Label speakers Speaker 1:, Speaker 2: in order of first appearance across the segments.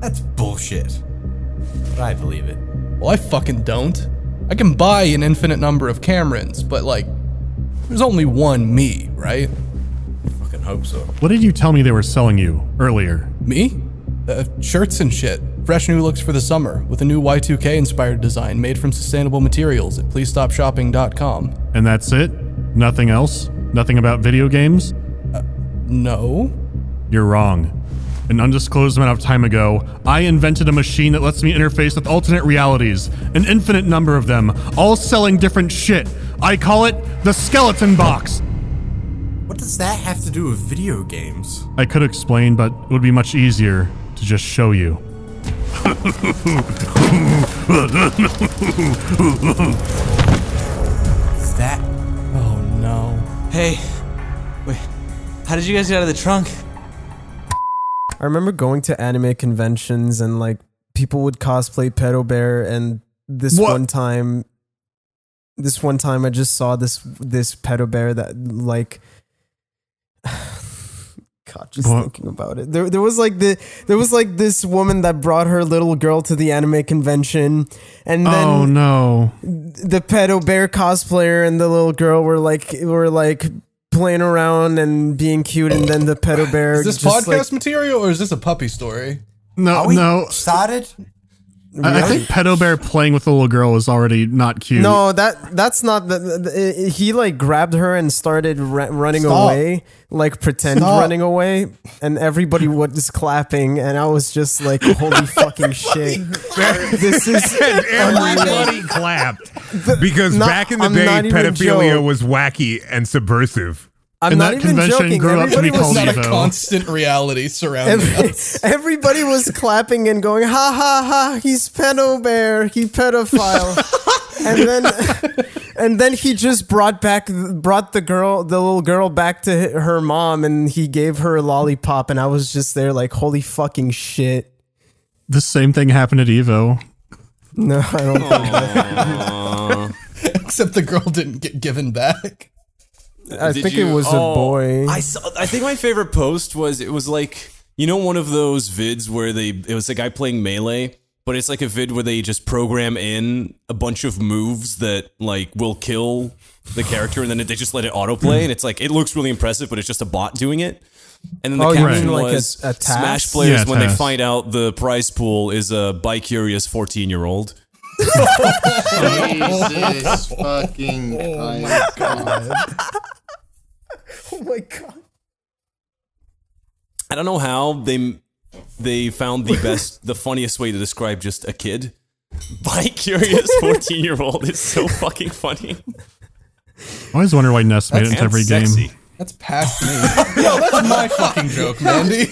Speaker 1: That's bullshit. But I believe it.
Speaker 2: Well, I fucking don't. I can buy an infinite number of Camerons, but like, there's only one me, right?
Speaker 1: Fucking hope so.
Speaker 3: What did you tell me they were selling you earlier?
Speaker 2: Me? Uh, shirts and shit. Fresh new looks for the summer with a new Y2K inspired design made from sustainable materials at pleasestopshopping.com.
Speaker 3: And that's it? Nothing else? Nothing about video games?
Speaker 2: No?
Speaker 3: You're wrong. An undisclosed amount of time ago, I invented a machine that lets me interface with alternate realities, an infinite number of them, all selling different shit. I call it the skeleton box.
Speaker 1: What does that have to do with video games?
Speaker 3: I could explain, but it would be much easier to just show you.
Speaker 1: Is that.
Speaker 2: Oh no.
Speaker 4: Hey, wait, how did you guys get out of the trunk?
Speaker 5: I remember going to anime conventions and like people would cosplay Pedo Bear and this
Speaker 3: What?
Speaker 5: one time this one time I just saw this this Pedo Bear that like God, just
Speaker 3: What?
Speaker 5: thinking about it. There there was like the there was like this woman that brought her little girl to the anime convention and then
Speaker 3: oh no.
Speaker 5: the pedo bear cosplayer and the little girl were like were like playing around and being cute and then the pedo bear
Speaker 2: Is this
Speaker 5: just,
Speaker 2: podcast
Speaker 5: like,
Speaker 2: material or is this a puppy story?
Speaker 3: No,
Speaker 1: Are we
Speaker 3: no.
Speaker 1: started?
Speaker 3: I, I think Pedo Bear playing with the little girl is already not cute.
Speaker 5: no that that's not the, the- the- he like grabbed her and started ra- running
Speaker 2: Stop.
Speaker 5: away like pretend
Speaker 2: Stop.
Speaker 5: running away and everybody was clapping and i was just like holy fucking shit this is
Speaker 6: Everybody clapped because
Speaker 5: No,
Speaker 6: back in the
Speaker 5: I'm
Speaker 6: day,
Speaker 5: not even
Speaker 6: pedophilia
Speaker 5: joke.
Speaker 6: was wacky and subversive.
Speaker 5: i'm
Speaker 3: And
Speaker 5: not
Speaker 3: that
Speaker 5: even
Speaker 3: convention
Speaker 5: joking
Speaker 3: grew up to
Speaker 5: everybody
Speaker 3: be
Speaker 2: It's
Speaker 5: was
Speaker 3: called
Speaker 2: not a
Speaker 3: Evo.
Speaker 2: constant reality surrounding
Speaker 5: Every-
Speaker 2: us.
Speaker 5: everybody was clapping and going, ha ha ha, he's pedo bear, he pedophile. and then and then he just brought back brought the girl the little girl back to h- her mom and he gave her a lollipop and I was just there like holy fucking shit.
Speaker 3: The same thing happened at Evo.
Speaker 5: No, I don't
Speaker 7: Oh,
Speaker 5: think
Speaker 2: Except the girl didn't get given back.
Speaker 5: I
Speaker 7: Did
Speaker 5: think
Speaker 7: you-
Speaker 5: it was
Speaker 7: oh,
Speaker 5: a boy.
Speaker 7: I saw, I think my favorite post was it was like you know one of those vids where they it was a guy playing melee, but it's like a vid where they just program in a bunch of moves that like will kill the character, and then they just let it autoplay, and it's like it looks really impressive, but it's just a bot doing it. And then the
Speaker 5: Oh, you mean
Speaker 7: caption
Speaker 5: like a-
Speaker 7: was
Speaker 5: a task?
Speaker 7: Smash players
Speaker 3: Yeah,
Speaker 7: when they
Speaker 3: task.
Speaker 7: find out the prize pool is a bi curious fourteen year old.
Speaker 8: Jesus fucking Christ.
Speaker 5: oh my god.
Speaker 7: I don't know how they they found the best, the funniest way to describe just a kid. By curious fourteen year old is so fucking funny.
Speaker 3: I always wonder why Ness made it into
Speaker 7: And
Speaker 3: every
Speaker 7: sexy.
Speaker 3: game.
Speaker 2: That's past me. no, that's my fucking joke, Mandy.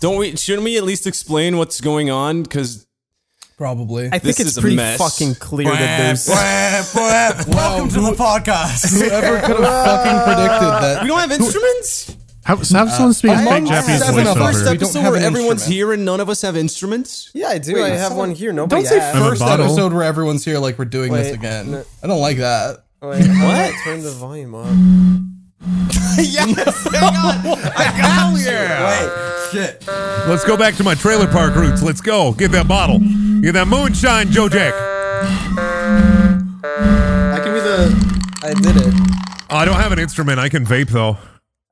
Speaker 7: Don't we? Shouldn't we at least explain what's going on? Because
Speaker 2: Probably.
Speaker 5: I think
Speaker 7: This is
Speaker 5: it's
Speaker 7: a
Speaker 5: pretty
Speaker 7: mess.
Speaker 5: fucking clear
Speaker 1: Eh,
Speaker 5: that there's
Speaker 1: Welcome to the podcast.
Speaker 2: Whoever could have fucking predicted that?
Speaker 7: we don't have instruments.
Speaker 3: How, so have someone speak a fake
Speaker 2: among
Speaker 3: Japanese
Speaker 2: seven of us,
Speaker 3: voiceover.
Speaker 2: We don't have an instrument.
Speaker 7: here and none of us have instruments.
Speaker 5: Yeah, I do. I have one here. Nobody
Speaker 2: Don't say
Speaker 5: asked.
Speaker 3: a
Speaker 2: first
Speaker 3: bottle.
Speaker 2: episode where everyone's here like we're doing this
Speaker 5: Wait,
Speaker 2: again.
Speaker 5: no.
Speaker 2: I don't like that.
Speaker 5: Wait, what? Turn the volume up.
Speaker 2: Shit.
Speaker 6: Let's go back to my trailer park roots. Let's go. Get that bottle. Get that moonshine, Joe Jack.
Speaker 5: I can be the. I did it.
Speaker 6: I don't have an instrument. I can vape though.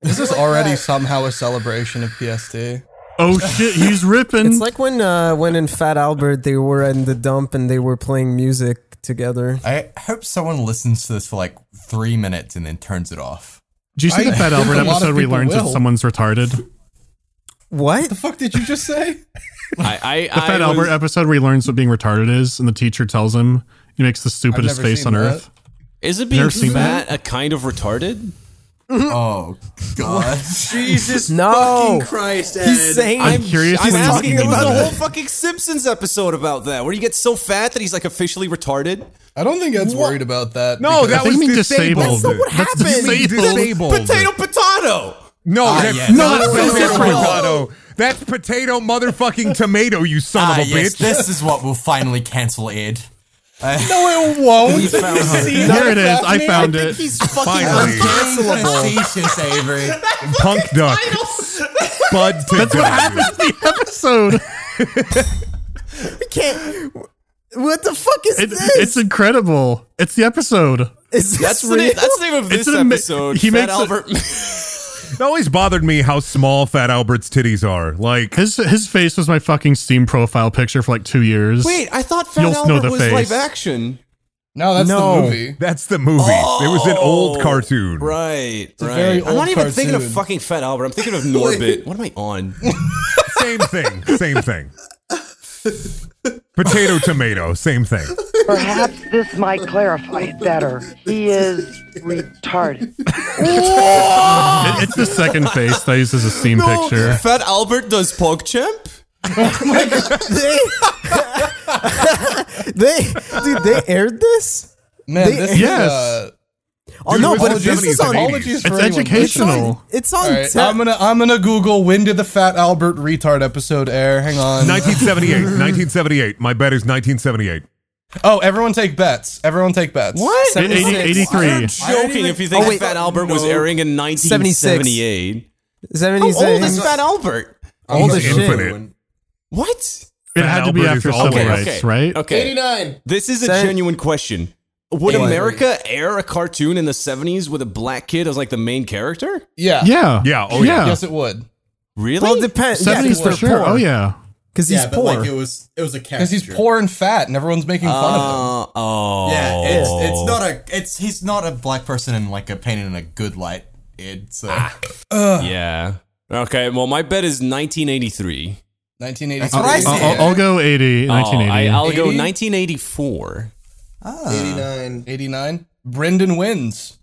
Speaker 2: This is already somehow a celebration of PST.
Speaker 3: Oh shit, he's ripping.
Speaker 5: It's like when uh, when in Fat Albert they were in the dump and they were playing music together.
Speaker 1: I hope someone listens to this for like three minutes and then turns it off.
Speaker 3: Did you see
Speaker 2: I
Speaker 3: the Fat
Speaker 2: think
Speaker 3: Albert
Speaker 2: a lot of
Speaker 3: episode where he
Speaker 2: people
Speaker 3: learns that
Speaker 2: will.
Speaker 3: someone's retarded?
Speaker 5: What?
Speaker 2: Fuck did you just say?
Speaker 7: I, I,
Speaker 3: The Fat
Speaker 7: I
Speaker 3: Albert
Speaker 7: was-
Speaker 3: episode where he learns what being retarded is, and the teacher tells him he makes the stupidest
Speaker 2: never
Speaker 3: face
Speaker 2: seen
Speaker 3: on
Speaker 2: that.
Speaker 3: earth.
Speaker 7: is it
Speaker 3: Never
Speaker 7: being
Speaker 3: seen
Speaker 7: fat a kind of retarded?
Speaker 1: Oh God!
Speaker 7: Jesus
Speaker 5: No. fucking
Speaker 7: Christ,
Speaker 5: He's saying
Speaker 3: I'm curious
Speaker 7: I'm
Speaker 3: when he's
Speaker 7: asking. There
Speaker 3: eating
Speaker 7: was a
Speaker 3: it.
Speaker 7: whole fucking Simpsons episode about that, where he gets so fat that he's like officially retarded.
Speaker 2: I don't think Ed's worried about that.
Speaker 6: No,
Speaker 2: because-
Speaker 6: that
Speaker 3: I think
Speaker 6: was
Speaker 3: you mean
Speaker 6: disabled.
Speaker 3: disabled. That's
Speaker 6: You mean
Speaker 3: disabled.
Speaker 6: disabled.
Speaker 7: Potato, potato.
Speaker 6: No,
Speaker 1: Ah,
Speaker 6: that's
Speaker 1: yes.
Speaker 6: not
Speaker 1: No,
Speaker 6: potato
Speaker 1: that's different.
Speaker 6: potato. That's potato motherfucking tomato. You son
Speaker 1: Ah,
Speaker 6: of a
Speaker 1: yes,
Speaker 6: bitch.
Speaker 1: this is what will finally cancel Ed.
Speaker 2: no, it won't. See
Speaker 3: There
Speaker 2: that
Speaker 3: it is. I
Speaker 2: happening?
Speaker 3: found it.
Speaker 6: Finally,
Speaker 1: Cancelable. Facetious, Avery.
Speaker 6: punk duck. Bud to
Speaker 3: That's what
Speaker 6: duck.
Speaker 3: happens in the episode.
Speaker 5: can't. What the fuck is
Speaker 3: It,
Speaker 5: this?
Speaker 3: it's incredible. It's the episode.
Speaker 5: is this
Speaker 7: That's the,
Speaker 5: real?
Speaker 7: name, that's the name of
Speaker 3: It's
Speaker 7: this
Speaker 3: an ama-
Speaker 7: episode.
Speaker 3: he
Speaker 7: He
Speaker 3: makes
Speaker 7: Fat
Speaker 3: a-
Speaker 7: Albert.
Speaker 6: It always bothered me how small Fat Albert's titties are. Like,
Speaker 3: His his face was my fucking Steam profile picture for like two years.
Speaker 7: Wait, I thought Fat
Speaker 3: You'll know
Speaker 7: Albert
Speaker 3: the
Speaker 7: was
Speaker 3: face.
Speaker 7: live action.
Speaker 2: No, that's
Speaker 5: No.
Speaker 2: the movie.
Speaker 6: oh, that's the movie. it was an old
Speaker 3: Oh,
Speaker 6: cartoon.
Speaker 7: Right, right.
Speaker 2: very
Speaker 7: I'm
Speaker 2: old
Speaker 7: not even thinking of
Speaker 2: cartoon.
Speaker 7: fucking Fat Albert. I'm thinking of Norbit. what am I on?
Speaker 6: Same thing. Same thing. Potato, tomato. Same thing.
Speaker 9: Perhaps this might clarify it better. He is retarded.
Speaker 3: It- it's the second face that I used as a Steam picture.
Speaker 7: Fat Albert does PogChamp?
Speaker 5: they, dude, they aired this.
Speaker 2: Man,
Speaker 5: They-
Speaker 2: this is,
Speaker 3: Yes.
Speaker 2: uh,
Speaker 5: Oh
Speaker 6: Dude, it
Speaker 5: no,
Speaker 6: was
Speaker 5: but
Speaker 6: in the
Speaker 5: this is
Speaker 6: 70s and
Speaker 5: on.
Speaker 6: 80s.
Speaker 2: apologies
Speaker 3: It's
Speaker 2: for anyone
Speaker 3: educational.
Speaker 2: listening.
Speaker 5: It's on.
Speaker 2: All right,
Speaker 5: tap.
Speaker 2: I'm gonna I'm gonna Google when did the Fat Albert retard episode air? Hang on.
Speaker 6: 1978. 1978. My bet is 1978.
Speaker 2: Oh, everyone take bets. Everyone take bets.
Speaker 5: what?
Speaker 3: 80, 83.
Speaker 7: Joking if you think
Speaker 5: Oh, wait.
Speaker 7: Fat Albert was airing in 1978.
Speaker 5: Seventy
Speaker 7: How old is
Speaker 5: six.
Speaker 7: Fat Albert?
Speaker 5: Old as
Speaker 6: He's
Speaker 5: shit.
Speaker 6: infinite.
Speaker 7: What?
Speaker 3: It had to be
Speaker 6: Albert is
Speaker 3: after
Speaker 6: all
Speaker 3: civil
Speaker 6: Okay,
Speaker 3: rights, right?
Speaker 7: Okay.
Speaker 8: 89.
Speaker 7: This is a
Speaker 5: Sen-
Speaker 7: genuine question. Would
Speaker 5: Eighty-three.
Speaker 7: America air a cartoon in the 70s with a black kid as like the main character?
Speaker 2: Yeah.
Speaker 3: Yeah.
Speaker 6: Yeah, oh yeah.
Speaker 2: Yes, it would.
Speaker 7: Really?
Speaker 5: Well, it depends. Yeah,
Speaker 3: 70s for
Speaker 5: because
Speaker 3: sure. Oh, yeah.
Speaker 5: he's
Speaker 8: yeah,
Speaker 5: poor.
Speaker 8: but like it was, it was a
Speaker 2: Because he's
Speaker 8: caricature.
Speaker 2: poor and fat, and everyone's making fun of him.
Speaker 7: Uh, oh.
Speaker 1: Yeah, it's it's not a it's he's not a black person in like a painted in a good light. It's uh,
Speaker 5: Ah.
Speaker 7: Yeah. Okay, well, my bet is 1983.
Speaker 2: 1983.
Speaker 1: what I said.
Speaker 3: I'll, I'll go 80,
Speaker 7: Oh, I,
Speaker 3: 1980.
Speaker 7: I'll go
Speaker 2: 80?
Speaker 7: 1984.
Speaker 5: oh,
Speaker 8: 89.
Speaker 2: 89. Brendan wins.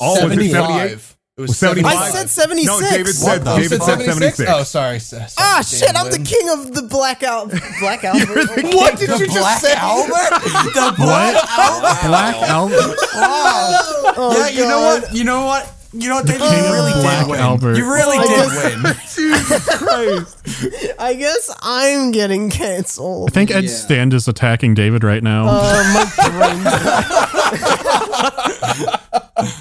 Speaker 6: Oh, was it 78?
Speaker 2: 75. It was
Speaker 6: 75.
Speaker 5: I said seventy
Speaker 6: No, David
Speaker 5: six.
Speaker 6: said,
Speaker 2: Oh, you
Speaker 6: David
Speaker 2: said
Speaker 6: said 76.
Speaker 2: Oh, sorry. s-
Speaker 5: Ah,
Speaker 2: sorry,
Speaker 5: shit! I'm the
Speaker 2: David.
Speaker 5: king of the blackout. Blackout. what?
Speaker 2: What did you just say?
Speaker 1: the
Speaker 3: What? Oh
Speaker 1: black Albert.
Speaker 3: Black Albert.
Speaker 1: yeah, you know what? You know what? You know what? David,
Speaker 3: King of
Speaker 1: you really
Speaker 3: Black
Speaker 1: did win.
Speaker 3: Albert. Oh.
Speaker 1: You really did win.
Speaker 5: I guess I'm getting canceled.
Speaker 3: I think Ed Stand is attacking David right now.
Speaker 5: Uh,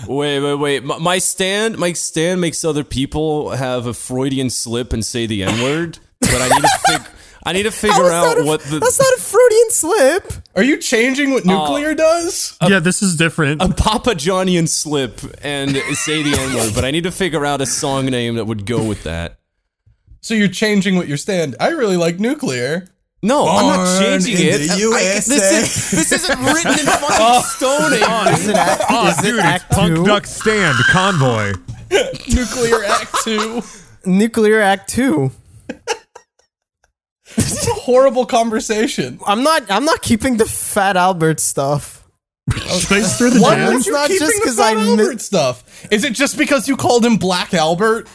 Speaker 7: Wait, wait, wait. My, my stand, my stand makes other people have a Freudian slip and say the N word, but I need to fig- I need to figure
Speaker 5: That's
Speaker 7: out
Speaker 5: not a-
Speaker 7: what the
Speaker 5: That's not a Freudian slip.
Speaker 2: Are you changing what
Speaker 5: Oh.
Speaker 2: nuclear does?
Speaker 3: yeah, this is different.
Speaker 7: a Papa Johnian slip and say the N word, but I need to figure out a song name that would go with that.
Speaker 2: So you're changing what your stand. I really like nuclear.
Speaker 7: No, I'm not
Speaker 1: Born
Speaker 7: changing
Speaker 1: in
Speaker 7: it.
Speaker 1: the
Speaker 7: I- I-
Speaker 1: USA.
Speaker 7: this, is, this isn't written in fucking stone. Age.
Speaker 5: Is it act-
Speaker 6: Oh,
Speaker 5: is it
Speaker 6: dude, it's
Speaker 5: act
Speaker 6: Punk
Speaker 5: two?
Speaker 6: Duck Stand Convoy.
Speaker 2: Nuclear Act 2.
Speaker 5: Nuclear Act Two.
Speaker 2: It's a horrible conversation.
Speaker 5: I'm not. I'm not keeping the Fat Albert stuff.
Speaker 3: Space through the
Speaker 2: Why
Speaker 3: jam.
Speaker 2: would
Speaker 5: It's
Speaker 2: you
Speaker 5: not
Speaker 2: keeping
Speaker 5: just
Speaker 2: the
Speaker 5: 'cause
Speaker 2: Fat
Speaker 5: I mi-
Speaker 2: Albert stuff? Is it just because you called him Black Albert?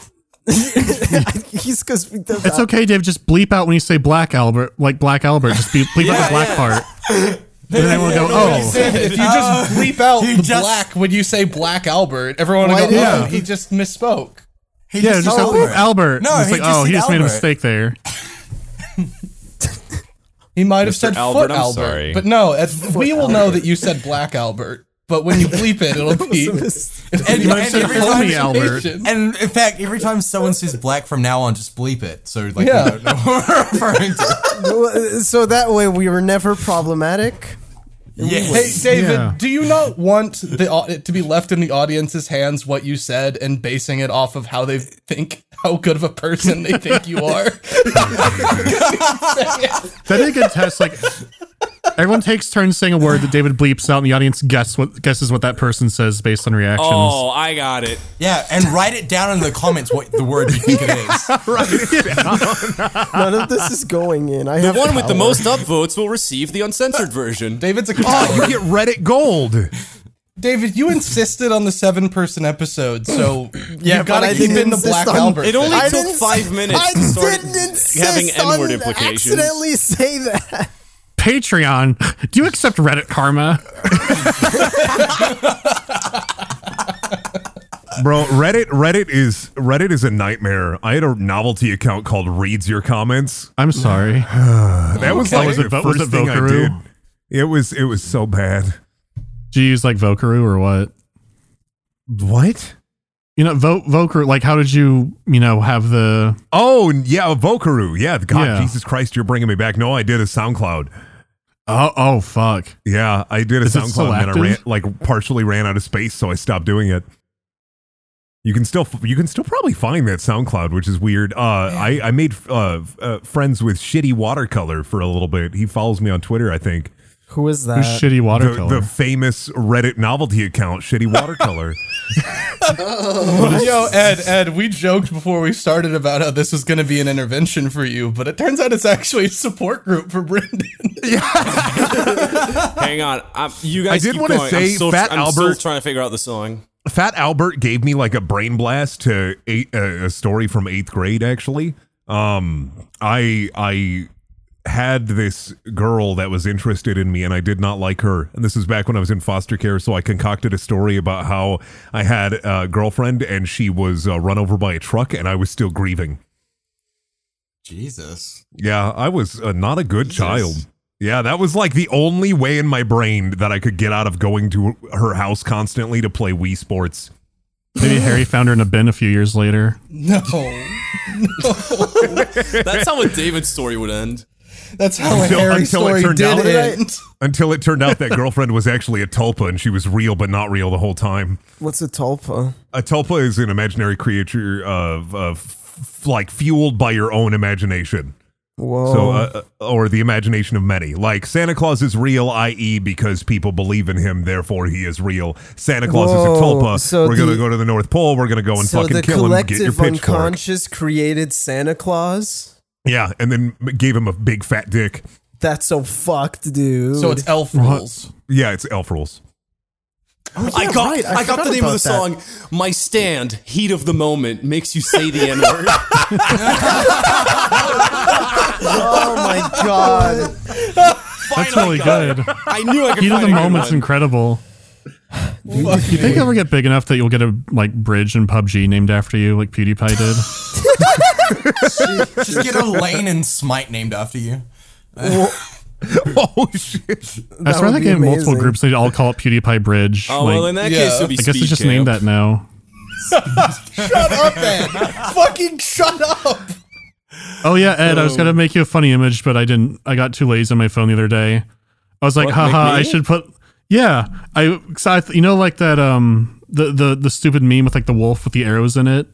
Speaker 5: He's because
Speaker 3: It's okay, Dave. Just bleep out when you say Black Albert, like Black Albert. Just be, bleep out the black part. then everyone will go, oh.
Speaker 2: If you uh, just bleep out the
Speaker 1: just-
Speaker 2: black when you say Black Albert, everyone will
Speaker 5: Why
Speaker 2: go,
Speaker 5: did-
Speaker 2: oh,
Speaker 5: Yeah.
Speaker 2: he just misspoke.
Speaker 1: He
Speaker 3: Yeah, just
Speaker 1: told
Speaker 3: go,
Speaker 1: me.
Speaker 3: Albert.
Speaker 1: No,
Speaker 3: it's
Speaker 1: he
Speaker 3: like,
Speaker 1: just
Speaker 3: oh, he
Speaker 1: said
Speaker 3: just made a
Speaker 1: Albert.
Speaker 3: mistake there.
Speaker 2: He might have said
Speaker 7: Albert,
Speaker 2: Foot
Speaker 7: I'm
Speaker 2: Albert.
Speaker 7: sorry.
Speaker 2: But no, it's, we will know that you said Black Albert. But when you bleep it, it'll be.
Speaker 1: And,
Speaker 3: You might have
Speaker 1: and,
Speaker 3: said
Speaker 1: every
Speaker 3: Homie
Speaker 1: time,
Speaker 3: Albert.
Speaker 1: and in fact, every time someone says black from now on, just bleep it. So like,
Speaker 2: Yeah.
Speaker 1: we don't know what we're referring to.
Speaker 5: So that way we were never problematic.
Speaker 2: Hey,
Speaker 1: Yes.
Speaker 2: David,
Speaker 3: Yeah.
Speaker 2: do you not want the au- it to be left in the audience's hands what you said and basing it off of how they think how good of a person they think you are?
Speaker 3: That'd be a good test. Like everyone takes turns saying a word that David bleeps out, and the audience guess what guesses what that person says based on reactions.
Speaker 7: Oh, I got it.
Speaker 1: Yeah, and write it down in the comments what the word you think it is.
Speaker 5: None of this is going in. I
Speaker 7: The
Speaker 5: have
Speaker 7: one with the
Speaker 5: power.
Speaker 7: most upvotes will receive the uncensored version.
Speaker 2: David's a
Speaker 6: Oh, you get Reddit gold.
Speaker 2: David, you insisted on the seven person episode, so yeah, you
Speaker 5: but
Speaker 2: gotta
Speaker 5: I
Speaker 2: keep
Speaker 5: didn't
Speaker 2: in the
Speaker 5: insist
Speaker 2: black
Speaker 5: on-
Speaker 2: Albert.
Speaker 7: It only
Speaker 5: I
Speaker 7: took
Speaker 5: didn't-
Speaker 7: five minutes.
Speaker 5: I
Speaker 7: to start
Speaker 5: didn't insist
Speaker 7: having N-word
Speaker 5: on
Speaker 7: implications.
Speaker 5: accidentally say that.
Speaker 3: Patreon, do you accept Reddit karma?
Speaker 6: Bro, Reddit Reddit is Reddit is a nightmare. I had a novelty account called Reads Your Comments.
Speaker 3: I'm sorry.
Speaker 6: That was
Speaker 3: Oh, Okay.
Speaker 6: like
Speaker 3: Was it
Speaker 6: the
Speaker 3: Vo- was
Speaker 6: first
Speaker 3: it
Speaker 6: thing I
Speaker 3: Vokaroo?
Speaker 6: did. It was it was so bad.
Speaker 3: Do you use like Vokaroo or what?
Speaker 6: What?
Speaker 3: You know, Vo- Voker, like, how did you, you know, have the.
Speaker 6: Oh, yeah, Vokaru. Yeah, God,
Speaker 3: Yeah.
Speaker 6: Jesus Christ, you're bringing me back. No, I did a SoundCloud.
Speaker 3: Oh, oh, fuck.
Speaker 6: Yeah, I did a
Speaker 3: Is it still
Speaker 6: SoundCloud and then I
Speaker 3: active?
Speaker 6: ran, like partially ran out of space, so I stopped doing it. You can still you can still probably find that SoundCloud, which is weird. Uh, I I made uh, f- uh, friends with Shitty Watercolor for a little bit. He follows me on Twitter, I think.
Speaker 5: Who is that?
Speaker 3: Who's shitty
Speaker 6: The,
Speaker 3: watercolor?
Speaker 6: the famous Reddit novelty account, Shitty Watercolor.
Speaker 2: Yo, Ed, Ed, we joked before we started about how this was going to be an intervention for you, but it turns out it's actually a support group for Brendan.
Speaker 7: Hang on, I'm, you
Speaker 6: I
Speaker 7: guys.
Speaker 6: did
Speaker 7: keep
Speaker 6: wanna
Speaker 7: going.
Speaker 6: say
Speaker 7: I'm still,
Speaker 6: Fat
Speaker 7: I'm still
Speaker 6: Albert-
Speaker 7: trying to figure out the song.
Speaker 6: Fat Albert gave me like a brain blast to eight, uh, a story from eighth grade. Actually, um, I I had this girl that was interested in me, and I did not like her. And this is back when I was in foster care, so I concocted a story about how I had a girlfriend, and she was uh, run over by a truck, and I was still grieving.
Speaker 1: Jesus.
Speaker 6: Yeah, I was uh, not a good child. Yeah, that was like the only way in my brain that I could get out of going to her house constantly to play Wii Sports.
Speaker 3: Maybe Harry found her in a bin a few years later.
Speaker 2: No,
Speaker 7: That's how a David story would end.
Speaker 2: that's how
Speaker 6: Until-
Speaker 2: a Harry
Speaker 6: until it
Speaker 2: story
Speaker 6: turned
Speaker 2: did
Speaker 6: out-
Speaker 2: end.
Speaker 6: Until it turned out that girlfriend was actually a tulpa and she was real but not real the whole time.
Speaker 5: What's a tulpa?
Speaker 6: A tulpa is an imaginary creature of, of f- like fueled by your own imagination.
Speaker 5: Whoa.
Speaker 6: So, uh, uh, or the imagination of many. Like Santa Claus is real, i.e., because people believe in him, therefore he is real. Santa Claus is a
Speaker 5: Whoa,
Speaker 6: tulpa.
Speaker 5: so
Speaker 6: We're gonna
Speaker 5: the-
Speaker 6: go to the North Pole. We're gonna go and
Speaker 5: so
Speaker 6: fucking
Speaker 5: the
Speaker 6: kill him. Get your
Speaker 5: collective
Speaker 6: pitchfork.
Speaker 5: unconscious created Santa Claus?
Speaker 6: Yeah, and then m- gave him a big fat dick.
Speaker 5: That's so fucked, dude.
Speaker 2: So it's elf rules.
Speaker 6: Yeah, it's elf rules.
Speaker 3: Oh,
Speaker 7: I got,
Speaker 5: right, I
Speaker 7: I, got
Speaker 5: forgot
Speaker 7: the name of the
Speaker 5: about that.
Speaker 7: song. My stand, heat of the moment, makes you say the N word.
Speaker 5: oh my god.
Speaker 3: That's really good.
Speaker 7: I knew I could
Speaker 3: Heat of
Speaker 7: find
Speaker 3: the
Speaker 7: a good
Speaker 3: moment's
Speaker 7: one.
Speaker 3: incredible. Do you think you ever get big enough that you'll get a like bridge in PUBG named after you, like PewDiePie did?
Speaker 1: Just get a lane and smite named after you.
Speaker 6: oh shit!
Speaker 3: I swear
Speaker 5: would
Speaker 3: they
Speaker 5: be
Speaker 3: get multiple
Speaker 5: amazing.
Speaker 3: groups. They all call it PewDiePie Bridge.
Speaker 7: Oh
Speaker 3: like,
Speaker 7: well, in that
Speaker 2: yeah.
Speaker 7: case, it'll
Speaker 3: I
Speaker 7: be
Speaker 3: guess
Speaker 7: speed
Speaker 3: it's just
Speaker 7: camp.
Speaker 3: named that now.
Speaker 2: Shut up, Ed. Fucking shut up.
Speaker 3: Oh yeah, Ed, I was gonna make you a funny image, but I didn't. I got too lazy on my phone the other day. I was like,
Speaker 7: What,
Speaker 3: haha,
Speaker 7: make
Speaker 3: I
Speaker 7: me?
Speaker 3: should put. Yeah, I, cause I you know like that um the the the stupid meme with like the wolf with the arrows in it.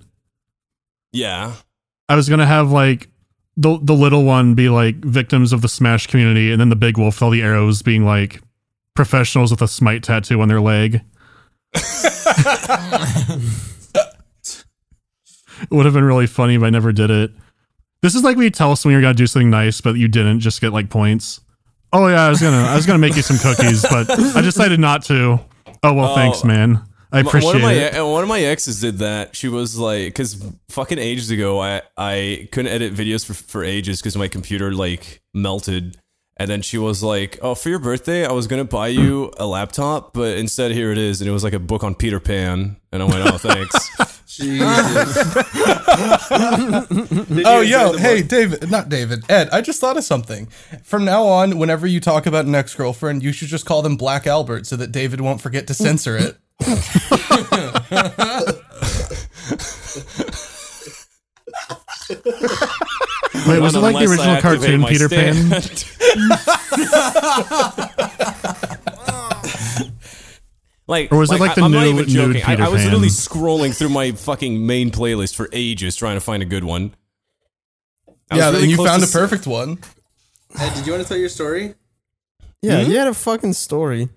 Speaker 7: Yeah.
Speaker 3: I was gonna have like the the little one be like victims of the Smash community, and then the big wolf with all the arrows being like professionals with a smite tattoo on their leg. it would have been really funny if I never did it. This is like when you tell us when you're gonna do something nice, but you didn't just get like points. Oh yeah, I was gonna I was gonna make you some cookies, but I decided not to. Oh well, thanks, man. I
Speaker 7: M-
Speaker 3: appreciate
Speaker 7: one of my
Speaker 3: it.
Speaker 7: uh, one of my exes did that. She was like, because fucking ages ago, I I couldn't edit videos for for ages because my computer like melted. And then she was like, "Oh, for your birthday, I was gonna buy you a laptop, but instead here it is." And it was like a book on Peter Pan. And I went, "Oh, thanks."
Speaker 2: Oh, yo, hey, David, not David, Ed, I just thought of something. From now on, whenever you talk about an ex girlfriend, you should just call them Black Albert so that David won't forget to censor it.
Speaker 3: Wait, was it like the
Speaker 7: Unless I
Speaker 3: original
Speaker 7: activate
Speaker 3: cartoon
Speaker 7: my
Speaker 3: Peter Pan?
Speaker 7: stand. Like,
Speaker 3: Or was it like the
Speaker 7: I, am not
Speaker 3: new-
Speaker 7: even
Speaker 3: nude
Speaker 7: joking. I,
Speaker 3: Peter
Speaker 7: I was literally
Speaker 3: Pan?
Speaker 7: scrolling through my fucking main playlist for ages trying to find a good one. I was
Speaker 2: yeah,
Speaker 7: really
Speaker 2: then you
Speaker 7: close
Speaker 2: found a
Speaker 7: to s-
Speaker 2: perfect one.
Speaker 8: Hey, did you want to tell your story?
Speaker 5: Yeah,
Speaker 6: Hmm?
Speaker 5: you had a fucking story.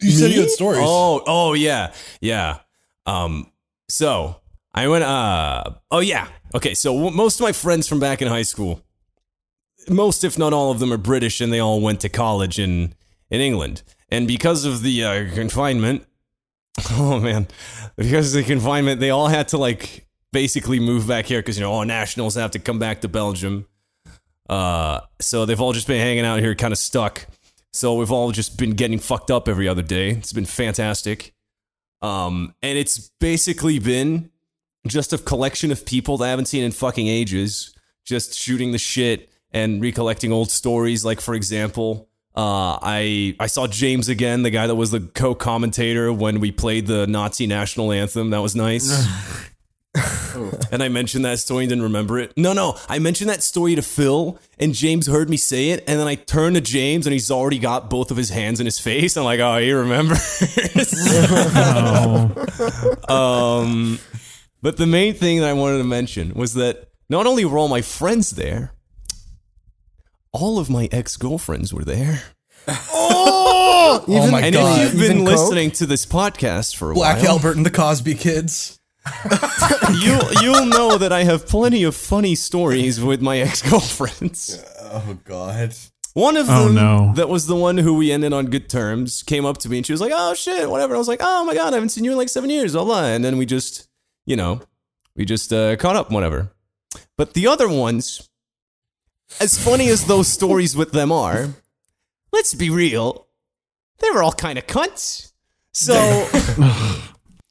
Speaker 2: You said you had stories.
Speaker 7: Oh, oh yeah, yeah. Um, so I went. Uh, oh yeah. Okay, so w- most of my friends from back in high school, most if not all of them are British, and they all went to college in in England. And because of the uh, confinement, oh man, because of the confinement, they all had to like basically move back here because you know all nationals have to come back to Belgium. Uh, so they've all just been hanging out here, kind of stuck. So we've all just been getting fucked up every other day. It's been fantastic. Um, and it's basically been just a collection of people that I haven't seen in fucking ages, just shooting the shit and recollecting old stories. Like, for example, Uh, I I saw James again, the guy that was the co-commentator when we played the Nazi national anthem. That was nice. and I mentioned that story and didn't remember it. No, no, I mentioned that story to Phil, and James heard me say it, and then I turned to James, and he's already got both of his hands in his face. I'm like, oh, he remembers.
Speaker 3: Oh.
Speaker 7: um, but the main thing that I wanted to mention was that not only were all my friends there, all of my ex girlfriends were there.
Speaker 2: oh my
Speaker 7: And
Speaker 2: god.
Speaker 7: if you've been
Speaker 5: Even Coke?
Speaker 7: listening to this podcast for a
Speaker 2: Black
Speaker 7: while,
Speaker 2: Albert and the Cosby Kids.
Speaker 7: you you'll know that I have plenty of funny stories with my ex girlfriends.
Speaker 1: Oh god.
Speaker 7: One of them,
Speaker 3: Oh, no.
Speaker 7: that was the one who we ended on good terms, came up to me and she was like, "Oh shit, whatever." I was like, "Oh my god, I haven't seen you in like seven years." Blah blah. And then we just, you know, we just uh, caught up, whatever. But the other ones, as funny as those stories with them are, let's be real, they were all kind of cunts. So.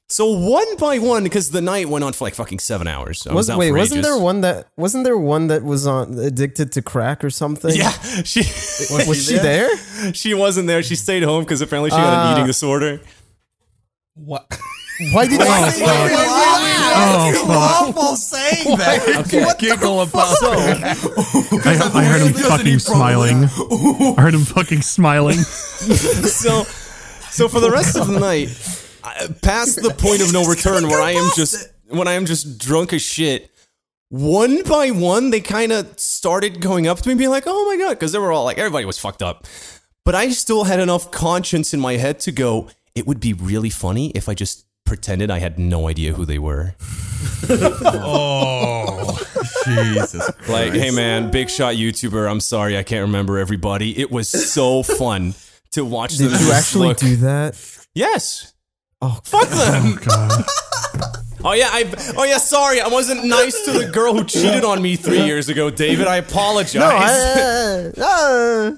Speaker 7: So one by one, because the night went on for like fucking seven hours. I was,
Speaker 5: Was,
Speaker 7: out
Speaker 5: wait,
Speaker 7: for
Speaker 5: wasn't
Speaker 7: ages.
Speaker 5: there one that wasn't there one that was on addicted to crack or something?
Speaker 7: Yeah, she
Speaker 5: was, she there?
Speaker 7: she wasn't there. She stayed home because apparently she had an
Speaker 5: Ah.
Speaker 7: eating disorder.
Speaker 2: What?
Speaker 5: Why did
Speaker 2: Oh,
Speaker 5: you?
Speaker 2: fuck.
Speaker 3: Oh, fuck.
Speaker 1: Awful saying that.
Speaker 2: Giggle about it.
Speaker 3: I, I heard him
Speaker 1: Doesn't he
Speaker 3: fucking smiling. I heard him fucking smiling.
Speaker 7: So, so for the rest of the night, I- past the point of no return, where I am just when I am just drunk as shit. One by one, they kind of started going up to me, and being like, "Oh my god," because they were all like, everybody was fucked up. But I still had enough conscience in my head to go. It would be really funny if I just pretended I had no idea who they were.
Speaker 6: Oh,
Speaker 1: Jesus.
Speaker 7: Like, hey man, big shot YouTuber. I'm sorry, I can't remember everybody. It was so fun to watch
Speaker 5: Did
Speaker 7: them.
Speaker 5: you
Speaker 7: just
Speaker 5: actually
Speaker 7: look-
Speaker 5: do that?
Speaker 7: Yes. Oh, fuck them.
Speaker 3: God.
Speaker 7: Oh yeah, I. Oh yeah, sorry, I wasn't nice to the girl who cheated on me three years ago, David. I apologize. No,
Speaker 5: Uh,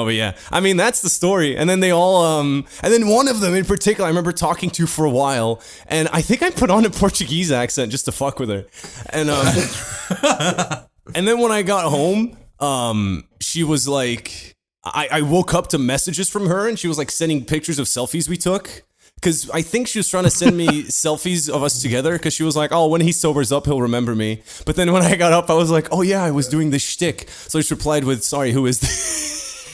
Speaker 5: uh,
Speaker 7: but yeah, I mean that's the story. And then they all, um, and then one of them in particular, I remember talking to for a while, and I think I put on a Portuguese accent just to fuck with her, and um, and then when I got home, um, she was like, I, I woke up to messages from her, and she was like sending pictures of selfies we took. Cause I think she was trying to send me selfies of us together. Cause she was like, "Oh, when he sobers up, he'll remember me." But then when I got up, I was like, "Oh yeah, I was doing this shtick." So I just replied with, "Sorry, who is this?"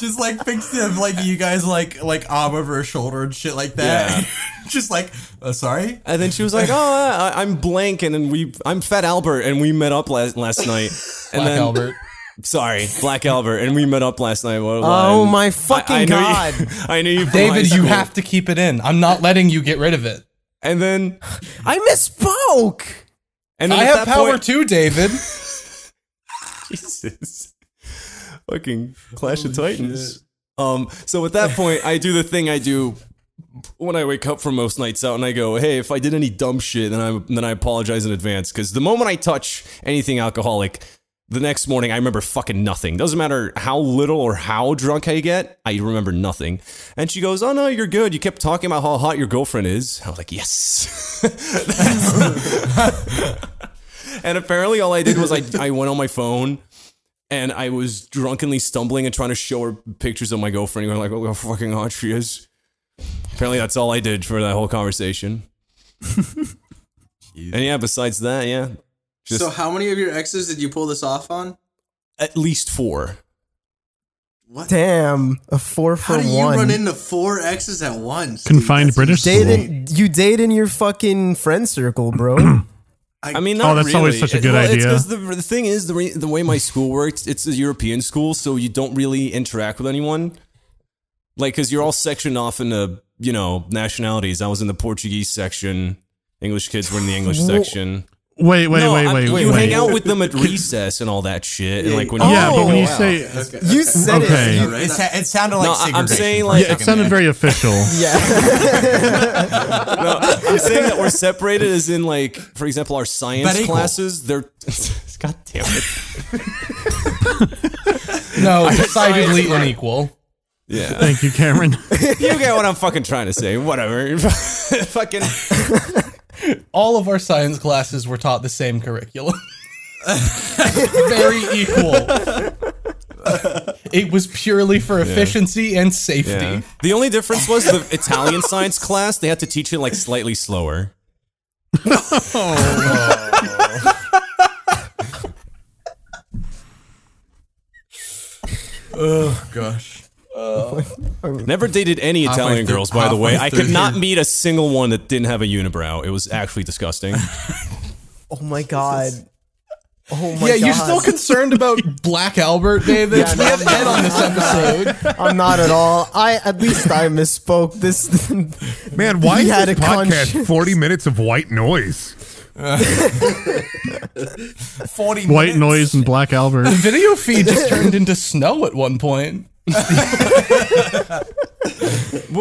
Speaker 1: Just like fixed of like you guys like like arm over her shoulder and shit like that. Just like uh, sorry.
Speaker 7: And then she was like, "Oh, I, I'm blank," and then we, I'm Fat Albert, and we met up last last night. And
Speaker 2: Black
Speaker 7: then,
Speaker 2: Albert.
Speaker 7: Sorry, Black Albert, and we met up last night.
Speaker 5: Oh my fucking
Speaker 7: knew you-
Speaker 5: God.
Speaker 7: I knew you, from high
Speaker 2: David, you
Speaker 7: school.
Speaker 2: have to keep it in. I'm not letting you get rid of it.
Speaker 7: And then,
Speaker 5: I misspoke.
Speaker 7: and then
Speaker 2: I
Speaker 7: at
Speaker 2: have
Speaker 7: that
Speaker 2: power
Speaker 7: point-
Speaker 2: too, David.
Speaker 7: Jesus. Fucking Clash of Titans. Um, so at that point, I do the thing I do when I wake up from most nights out, and I go, "Hey, if I did any dumb shit, then I then I apologize in advance." Because the moment I touch anything alcoholic, the next morning I remember fucking nothing. Doesn't matter how little or how drunk I get, I remember nothing. And she goes, "Oh no, you're good. You kept talking about how hot your girlfriend is." I was like, "Yes." and apparently, all I did was I I went on my phone and I was drunkenly stumbling and trying to show her pictures of my girlfriend, going like, "Oh, how fucking hot she is." Apparently, that's all I did for that whole conversation. and yeah, besides that, yeah, Just-
Speaker 8: so how many of your exes did you pull this off on?
Speaker 7: at least four.
Speaker 5: Damn, a four for
Speaker 8: How do you
Speaker 5: one.
Speaker 8: run into four exes at once? dude?
Speaker 3: Confined
Speaker 8: That's-
Speaker 3: British
Speaker 5: date
Speaker 3: school.
Speaker 5: in, you date in your fucking friend circle, bro.
Speaker 7: I mean,
Speaker 3: Oh,
Speaker 7: not
Speaker 3: that's always
Speaker 7: really.
Speaker 3: such a
Speaker 7: It-
Speaker 3: good
Speaker 7: well, it's
Speaker 3: idea.
Speaker 7: 'cause the, the thing is, the, re- the way my school worked, it's a European school, so you don't really interact with anyone. Like, because you're all sectioned off into, you know, nationalities. I was in the Portuguese section. English kids were in the English section.
Speaker 3: Wait, wait,
Speaker 7: No,
Speaker 3: wait,
Speaker 7: I'm-
Speaker 3: wait, wait.
Speaker 7: You
Speaker 3: wait. Oh,
Speaker 7: hang out with them at recess and all that shit. And like when you
Speaker 3: Yeah, but when you
Speaker 5: wow.
Speaker 3: say,
Speaker 8: Okay,
Speaker 5: You
Speaker 8: okay.
Speaker 5: said
Speaker 3: Okay.
Speaker 5: it.
Speaker 1: You- it, sa- it sounded like
Speaker 7: No, I-
Speaker 1: segregation.
Speaker 7: I'm saying,
Speaker 1: for a
Speaker 7: like-
Speaker 3: yeah, it
Speaker 1: second
Speaker 3: sounded
Speaker 1: there.
Speaker 3: very official.
Speaker 5: Yeah.
Speaker 7: No, I'm saying that we're separated as in like, for example, our
Speaker 1: But
Speaker 7: science
Speaker 1: equal.
Speaker 7: classes. They're God damn it.
Speaker 2: No, decidedly unequal.
Speaker 7: Yeah,
Speaker 3: Thank you, Cameron.
Speaker 7: you get what I'm fucking trying to say. Whatever. fucking.
Speaker 2: All of our science classes were taught the same curriculum. very equal. it was purely for efficiency and safety.
Speaker 7: The only difference was the Italian science class, they had to teach it like slightly slower.
Speaker 1: Oh gosh.
Speaker 7: Never dated any
Speaker 1: Halfway
Speaker 7: Italian
Speaker 1: through-
Speaker 7: girls, by the way.
Speaker 1: halfway
Speaker 7: I could
Speaker 1: through
Speaker 7: not
Speaker 1: here.
Speaker 7: meet a single one that didn't have a unibrow. It was actually disgusting.
Speaker 5: Oh my god. Oh my
Speaker 2: yeah,
Speaker 5: god.
Speaker 2: you're still concerned about Black Albert, David.
Speaker 5: Yeah,
Speaker 2: we
Speaker 5: no,
Speaker 2: have
Speaker 5: I'm
Speaker 2: Ed on this episode.
Speaker 5: I'm not at all. I at least I misspoke. This
Speaker 6: Man, why
Speaker 5: He
Speaker 6: is
Speaker 5: had
Speaker 6: this
Speaker 5: a
Speaker 6: podcast
Speaker 5: conscience.
Speaker 6: 40 minutes of white noise?
Speaker 1: Forty
Speaker 3: White
Speaker 1: minutes?
Speaker 3: noise and black Albert.
Speaker 2: The video feed just turned into snow at one point.
Speaker 7: well,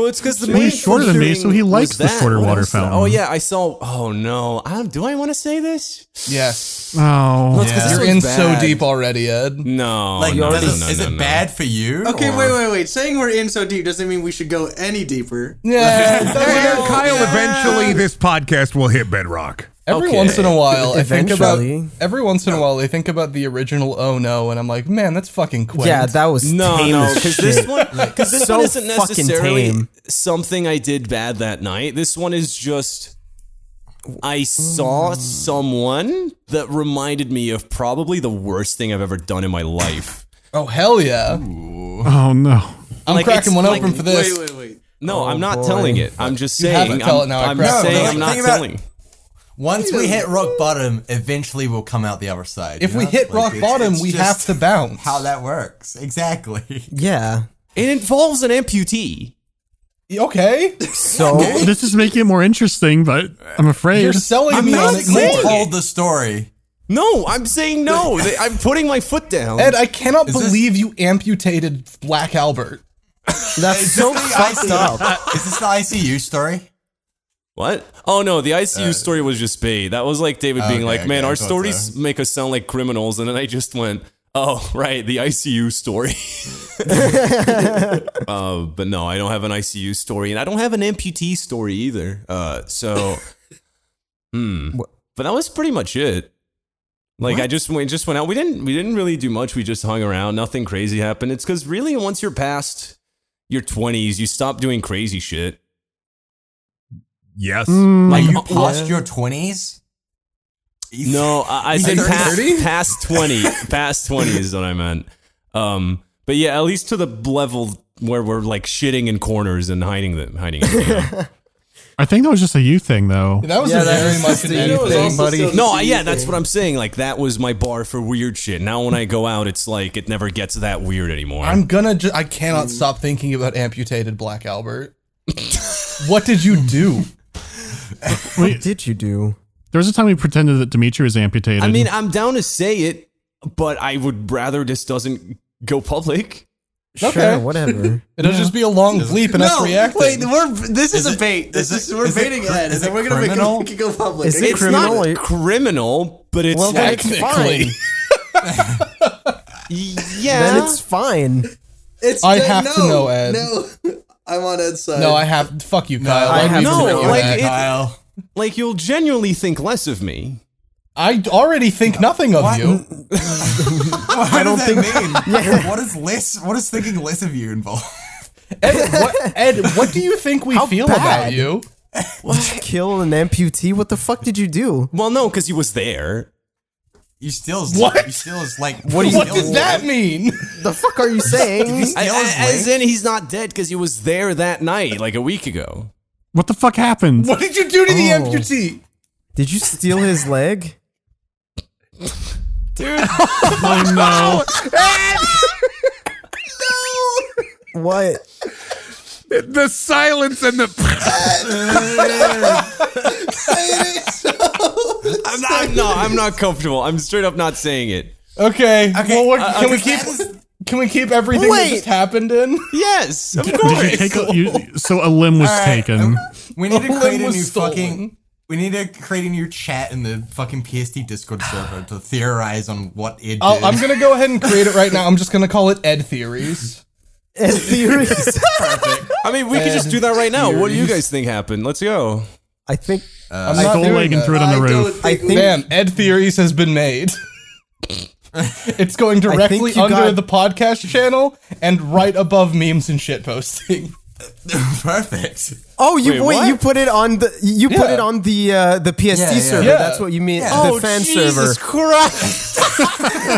Speaker 7: it's because the
Speaker 3: Well,
Speaker 7: main
Speaker 3: he's shorter than me,
Speaker 7: featuring
Speaker 3: so he
Speaker 7: was
Speaker 3: likes the
Speaker 7: that.
Speaker 3: shorter
Speaker 7: What
Speaker 3: water
Speaker 7: else did-
Speaker 3: fountain.
Speaker 7: Oh yeah, I saw. Oh no, I don't, do I want to say this?
Speaker 2: Yes.
Speaker 3: Oh.
Speaker 7: Well, it's 'cause this
Speaker 2: You're
Speaker 7: one's
Speaker 2: in
Speaker 7: bad.
Speaker 2: so deep already, Ed.
Speaker 7: No,
Speaker 1: Like,
Speaker 7: no,
Speaker 1: does
Speaker 7: no,
Speaker 1: it-
Speaker 7: no,
Speaker 1: is
Speaker 7: no,
Speaker 1: it
Speaker 7: no.
Speaker 1: bad for you?
Speaker 8: Okay,
Speaker 1: or-
Speaker 8: wait, wait, wait. Saying we're in so deep doesn't mean we should go any deeper.
Speaker 2: Yeah.
Speaker 6: Well, Kyle, eventually this podcast will hit bedrock.
Speaker 2: Every
Speaker 7: Okay.
Speaker 2: once in a while, I think about
Speaker 5: Eventually.
Speaker 2: every once in a while I think about the original Oh No, and I'm like, man, that's fucking quaint.
Speaker 5: yeah, that was
Speaker 7: No,
Speaker 5: tame
Speaker 7: no,
Speaker 5: as
Speaker 7: because
Speaker 5: shit.
Speaker 7: this one, because this
Speaker 5: So
Speaker 7: one isn't
Speaker 5: fucking
Speaker 7: necessarily
Speaker 5: tame.
Speaker 7: something I did bad that night. This one is just I saw someone that reminded me of probably the worst thing I've ever done in my life.
Speaker 2: oh hell yeah!
Speaker 3: Oh no.
Speaker 2: I'm
Speaker 7: Like,
Speaker 2: cracking
Speaker 7: it's
Speaker 2: one
Speaker 7: like-
Speaker 2: open for this.
Speaker 8: Wait, wait, wait.
Speaker 7: No, I'm not telling it. I'm just
Speaker 2: haven't
Speaker 7: saying.
Speaker 2: told
Speaker 7: I'm,
Speaker 2: it now, I
Speaker 7: I'm
Speaker 2: cried.
Speaker 7: saying
Speaker 1: No,
Speaker 7: I'm
Speaker 1: the
Speaker 7: not
Speaker 1: thing about-
Speaker 7: telling.
Speaker 1: Once we hit rock bottom, eventually we'll come out the other side.
Speaker 2: If
Speaker 1: you
Speaker 2: we
Speaker 1: know?
Speaker 2: hit
Speaker 1: Like,
Speaker 2: rock
Speaker 1: it's-
Speaker 2: bottom,
Speaker 1: it's
Speaker 2: we
Speaker 1: just
Speaker 2: have to bounce.
Speaker 1: How that works exactly?
Speaker 5: Yeah.
Speaker 7: It involves an amputee.
Speaker 2: okay,
Speaker 5: So
Speaker 3: This is making it more interesting, but I'm afraid.
Speaker 2: you're selling
Speaker 7: I'm
Speaker 2: me
Speaker 7: not
Speaker 2: on it more.
Speaker 7: saying it.
Speaker 1: Told the story.
Speaker 7: No, I'm saying no. They- I'm putting my foot down.
Speaker 2: Ed, I cannot
Speaker 1: this-
Speaker 2: believe you amputated Black Albert.
Speaker 5: that's so
Speaker 1: Is this the
Speaker 5: fucked
Speaker 1: ICU
Speaker 5: up.
Speaker 1: Is this the ICU story?
Speaker 7: What? Oh no, the ICU story was just bait. That was like David being
Speaker 1: Uh, okay,
Speaker 7: like, "Man,
Speaker 1: okay, I
Speaker 7: our
Speaker 1: thought
Speaker 7: stories make us sound like criminals," and then I just went, "Oh right, the ICU story." uh, but no, I don't have an ICU story, and I don't have an amputee story either. Uh, so, hmm. But that was pretty much it. Like I just went, just went out. We didn't, we didn't really do much. We just hung around. Nothing crazy happened. It's because really, once you're past your twenties, you stop doing crazy shit.
Speaker 6: Yes.
Speaker 1: Like
Speaker 5: Mm,
Speaker 7: Like
Speaker 1: you
Speaker 7: uh,
Speaker 1: past your twenties?
Speaker 7: No, I, I said past, past 20. past 20 is what I meant. Um, but yeah, at least to the level where we're like shitting in corners and hiding them, hiding it. you know?
Speaker 3: I think that was just a you thing, though.
Speaker 2: That was
Speaker 5: Yeah,
Speaker 2: a
Speaker 5: that
Speaker 2: very
Speaker 5: is
Speaker 2: much an
Speaker 5: the-
Speaker 2: Ed
Speaker 5: It was
Speaker 2: thing.
Speaker 5: also buddy.
Speaker 7: no, I, yeah, that's what I'm saying. Like that was my bar for weird shit. Now when I go out, it's like it never gets that weird anymore.
Speaker 2: I'm gonna. Ju- I cannot stop thinking about amputated Black Albert. what did you do?
Speaker 5: What did you do?
Speaker 3: There was a time we pretended that Dimitri was amputated.
Speaker 7: I mean, I'm down to say it, but I would rather this doesn't go public.
Speaker 2: Okay.
Speaker 5: Sure, whatever.
Speaker 2: It'll just be a long bleep and us
Speaker 8: No,
Speaker 2: reacting.
Speaker 8: wait. We're this is, a
Speaker 1: Is it-
Speaker 8: bait. This
Speaker 1: is
Speaker 8: is,
Speaker 1: it-
Speaker 8: we're
Speaker 1: is it
Speaker 8: baiting
Speaker 1: cr-
Speaker 8: Ed,
Speaker 1: is
Speaker 8: and
Speaker 1: it
Speaker 8: we're gonna
Speaker 1: criminal?
Speaker 8: make it go public.
Speaker 5: Is it
Speaker 7: It's
Speaker 5: criminal?
Speaker 7: not criminal, but it's
Speaker 5: well, then
Speaker 7: like,
Speaker 5: it's fine.
Speaker 7: yeah.
Speaker 5: Then it's fine.
Speaker 8: It's
Speaker 2: I
Speaker 8: no,
Speaker 2: have to
Speaker 8: no,
Speaker 2: know, Ed.
Speaker 8: No, I'm on Ed's side.
Speaker 2: No, I have. Fuck you, Kyle.
Speaker 5: I
Speaker 2: I,
Speaker 5: have
Speaker 2: need
Speaker 5: to
Speaker 2: to
Speaker 5: know
Speaker 2: know
Speaker 7: like,
Speaker 2: that.
Speaker 7: it-
Speaker 1: Kyle.
Speaker 7: like you'll genuinely think less of me.
Speaker 2: I already think nothing of you.
Speaker 1: I don't think what is less what is thinking less of you involved?
Speaker 2: Ed, what, Ed, what do you think we feel about
Speaker 5: bad?
Speaker 2: you?
Speaker 5: Kill an amputee? What the fuck did you do?
Speaker 7: Well, no, because he was there.
Speaker 1: You still
Speaker 2: What?
Speaker 1: you still is like
Speaker 2: What,
Speaker 1: you
Speaker 2: does that mean?
Speaker 5: The fuck are you saying?
Speaker 7: I-
Speaker 1: Still
Speaker 7: I-
Speaker 1: is
Speaker 7: as in, he's not dead because he was there that night, like a week ago.
Speaker 3: what the fuck happened?
Speaker 2: What did you do to the
Speaker 5: Oh.
Speaker 2: amputee?
Speaker 5: Did you steal his leg?
Speaker 3: Oh no!
Speaker 5: What?
Speaker 6: The silence and the.
Speaker 7: I'm not, I'm not, I'm not comfortable. I'm straight up not saying it.
Speaker 2: Okay. well, what,
Speaker 1: uh,
Speaker 2: can we
Speaker 1: okay.
Speaker 2: keep? Can we keep everything that
Speaker 5: Wait.
Speaker 2: just happened in?
Speaker 7: Yes, of
Speaker 3: Did you
Speaker 7: course.
Speaker 3: take a, you, so a limb was taken?
Speaker 1: We need to
Speaker 2: Limb
Speaker 1: create a new
Speaker 2: was stolen.
Speaker 1: fucking we need to create a new chat in the fucking PST Discord server to theorize on what it did.
Speaker 2: I'll, Oh, I'm gonna go ahead and create it right now. I'm just gonna call it Ed Theories.
Speaker 5: And theories.
Speaker 7: I mean, we could just do that right now. What do you guys think happened? Let's go.
Speaker 5: I think.
Speaker 2: I'm
Speaker 3: I
Speaker 2: not
Speaker 3: stole a
Speaker 2: doing
Speaker 3: leg and
Speaker 2: that.
Speaker 3: threw it on the
Speaker 8: I don't
Speaker 3: roof.
Speaker 8: think
Speaker 5: I think-
Speaker 2: Bam! Ed Theories has been made. It's going directly
Speaker 5: you
Speaker 2: under
Speaker 5: got-
Speaker 2: the podcast channel and right above memes and shit posting.
Speaker 1: Perfect.
Speaker 5: Oh, you
Speaker 7: Wait,
Speaker 5: wait,
Speaker 7: what?
Speaker 5: you put it on the you put
Speaker 2: Yeah.
Speaker 5: it on the uh, the PST
Speaker 1: yeah. Oh,
Speaker 5: server.
Speaker 2: Yeah.
Speaker 5: That's what you mean. The fan server.
Speaker 7: Oh, Christ!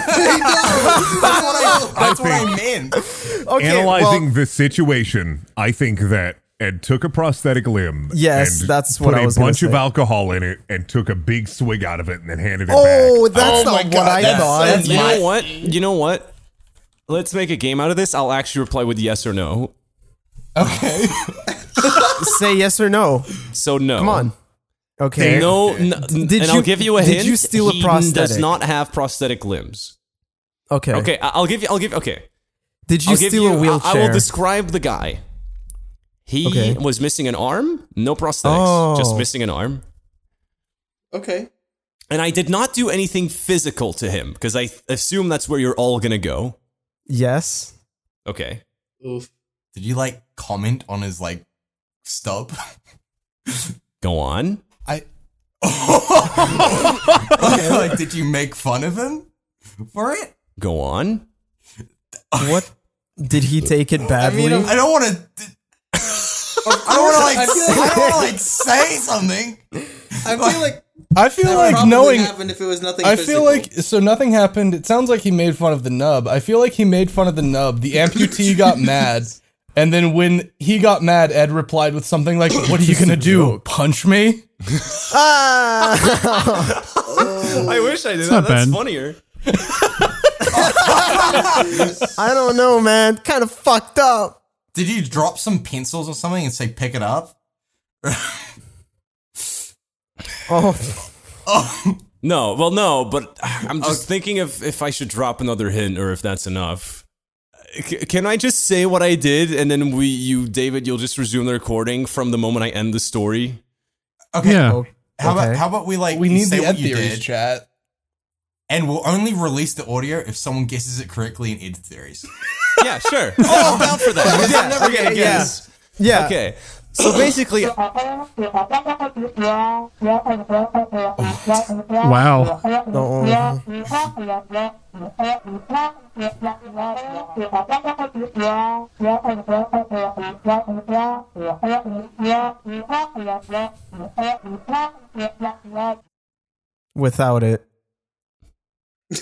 Speaker 1: That's what I, that's what I meant.
Speaker 5: Okay,
Speaker 6: Analyzing
Speaker 5: well,
Speaker 6: the situation, I think that Ed took a prosthetic limb.
Speaker 5: Yes,
Speaker 6: and
Speaker 5: that's what
Speaker 6: put
Speaker 5: I was
Speaker 6: a
Speaker 5: gonna
Speaker 6: bunch of
Speaker 5: say.
Speaker 6: alcohol in it and took a big swig out of it and then handed it
Speaker 5: oh,
Speaker 6: back.
Speaker 5: that's
Speaker 2: Oh my
Speaker 5: not what
Speaker 2: God,
Speaker 5: I
Speaker 2: that's-
Speaker 5: thought.
Speaker 2: that's-
Speaker 7: You
Speaker 2: My-
Speaker 7: know what? You know what? Let's make a game out of this. I'll actually reply with yes or no.
Speaker 2: Okay.
Speaker 5: Say yes or no.
Speaker 7: So no.
Speaker 5: Come on. Okay.
Speaker 7: No, n- n-
Speaker 5: Did
Speaker 7: and I'll
Speaker 5: you-
Speaker 7: give you a
Speaker 5: did
Speaker 7: hint.
Speaker 5: you steal a
Speaker 7: he Does
Speaker 5: prosthetic?
Speaker 7: not have prosthetic limbs.
Speaker 5: Okay.
Speaker 7: Okay, I- I'll give you. I'll give. Okay,
Speaker 5: Did
Speaker 7: I'll
Speaker 5: you
Speaker 7: give
Speaker 5: steal
Speaker 7: you.
Speaker 5: a
Speaker 7: I-
Speaker 5: wheelchair?
Speaker 7: I will describe the guy. He
Speaker 5: Okay.
Speaker 7: was missing an arm. No prosthetics. Just
Speaker 5: Oh.
Speaker 7: missing an arm.
Speaker 8: Okay.
Speaker 7: And I did not do anything physical to him because I th- assume that's where you're all gonna go.
Speaker 5: yes.
Speaker 7: Okay.
Speaker 8: Oof.
Speaker 1: Did you like comment on his like stub?
Speaker 7: Go on.
Speaker 2: I
Speaker 1: like, did you make fun of him for it?
Speaker 7: Go on.
Speaker 5: What? Did he take it badly?
Speaker 1: I don't want to. I don't want to like. I don't want to like say something.
Speaker 8: I feel like
Speaker 2: I feel
Speaker 8: that
Speaker 2: like
Speaker 8: probably
Speaker 2: knowing
Speaker 8: happened if it was nothing.
Speaker 2: I
Speaker 8: physical.
Speaker 2: feel like so nothing happened. It sounds like he made fun of the nub. I feel like he made fun of the nub. The amputee got mad. And then when he got mad, Ed replied with something like, What are you gonna do? Punch me?
Speaker 5: ah!
Speaker 7: I wish I did.
Speaker 3: not
Speaker 7: That's
Speaker 3: bad.
Speaker 7: funnier.
Speaker 5: I don't know, man. Kind of fucked up.
Speaker 1: Did you drop some pencils or something and say pick it up?
Speaker 5: Oh,
Speaker 7: No, well, no, but I'm just thinking of if I should drop another hint or if that's enough. C- can I just say what I did, and then we, you, David, you'll just resume the recording from the moment I end the story?
Speaker 1: Okay.
Speaker 3: yeah.
Speaker 1: How about
Speaker 5: Okay.
Speaker 1: how about we like
Speaker 2: We
Speaker 1: you
Speaker 2: need
Speaker 1: say
Speaker 2: the
Speaker 1: what
Speaker 2: Ed
Speaker 1: you
Speaker 2: theories
Speaker 1: did,
Speaker 2: chat.
Speaker 1: and we'll only release the audio if someone guesses it correctly in Ed theories.
Speaker 7: Yeah, sure. oh, I'm down for that. 'cause I'm never gonna guess.
Speaker 5: yeah.
Speaker 7: Okay, so basically,
Speaker 3: Wow.
Speaker 5: Oh. Without it.
Speaker 2: so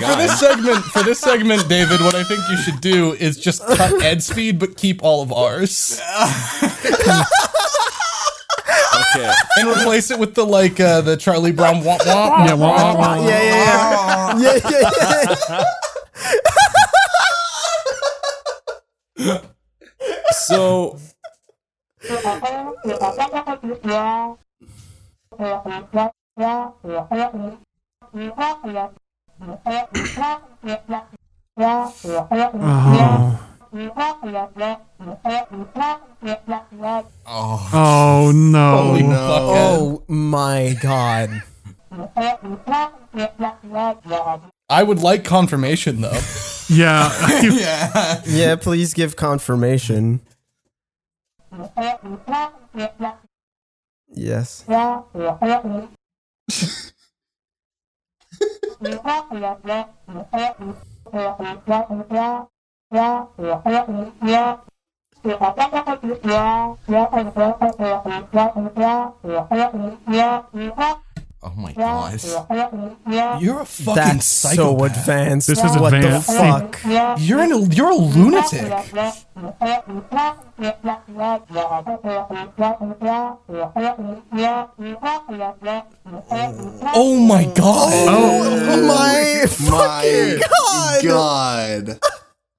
Speaker 2: for this segment, for this segment, David, what I think you should do is just cut Ed's feed but keep all of ours.
Speaker 7: okay,
Speaker 2: And replace it with the like uh, the Charlie Brown womp womp.
Speaker 3: Yeah, wah, wah, wah, wah.
Speaker 5: Yeah, yeah, yeah. yeah, yeah, yeah.
Speaker 7: so
Speaker 3: Oh
Speaker 2: Holy
Speaker 3: no.
Speaker 2: fuck, Ed.
Speaker 5: Oh my god.
Speaker 2: I would like confirmation though.
Speaker 3: Yeah.
Speaker 1: yeah.
Speaker 5: Yeah, please give confirmation. Yes.
Speaker 1: Oh my god.
Speaker 2: You're a fucking
Speaker 5: That's so
Speaker 2: psychopath.
Speaker 5: advanced.
Speaker 3: This is
Speaker 5: what
Speaker 3: advanced.
Speaker 5: the fuck?
Speaker 2: You're an you're a lunatic. Oh my god.
Speaker 3: Oh.
Speaker 5: My
Speaker 8: my god.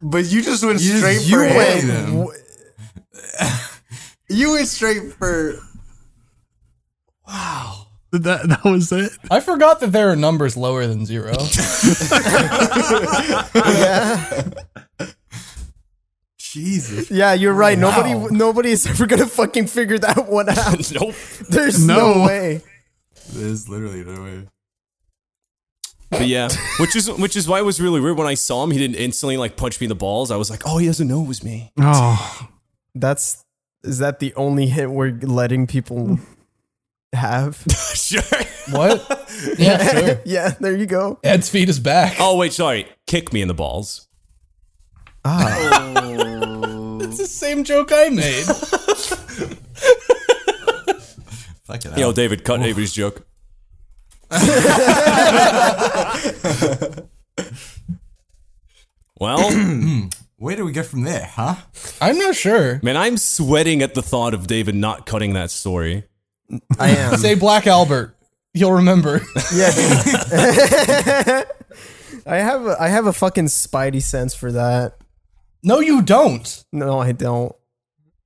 Speaker 8: But you just went straight
Speaker 1: you
Speaker 8: for him.
Speaker 5: Oh,
Speaker 1: went them.
Speaker 8: You went straight for.
Speaker 3: That, that was it.
Speaker 2: I forgot that there are numbers lower than 0.
Speaker 1: Jesus.
Speaker 5: Yeah, you're right. Nobody nobody is ever gonna fucking figure that one out.
Speaker 7: nope.
Speaker 5: There's no,
Speaker 3: No.
Speaker 5: way.
Speaker 1: There's literally no way.
Speaker 7: But yeah, which is which is why it was really weird when I saw him. He didn't instantly like punch me in the balls. I was like, oh, he doesn't know it was me.
Speaker 3: Oh.
Speaker 5: That's is that the only hint we're letting people have.
Speaker 7: sure.
Speaker 2: What? yeah, sure.
Speaker 5: yeah, there you go.
Speaker 2: Ed's feet is back.
Speaker 7: Oh wait, sorry. Kick me in the balls.
Speaker 2: It's the same joke I made.
Speaker 1: Fucking
Speaker 7: You
Speaker 1: hell.
Speaker 7: know, David cut Avery's joke. well,
Speaker 1: Where do we get from there, huh?
Speaker 2: I'm not sure.
Speaker 7: man, I'm sweating at the thought of David not cutting that story.
Speaker 5: I am.
Speaker 2: Say Black Albert. You'll remember.
Speaker 5: Yeah. dude. I have a, I have a fucking spidey sense for that.
Speaker 2: no, you don't.
Speaker 5: No, I don't.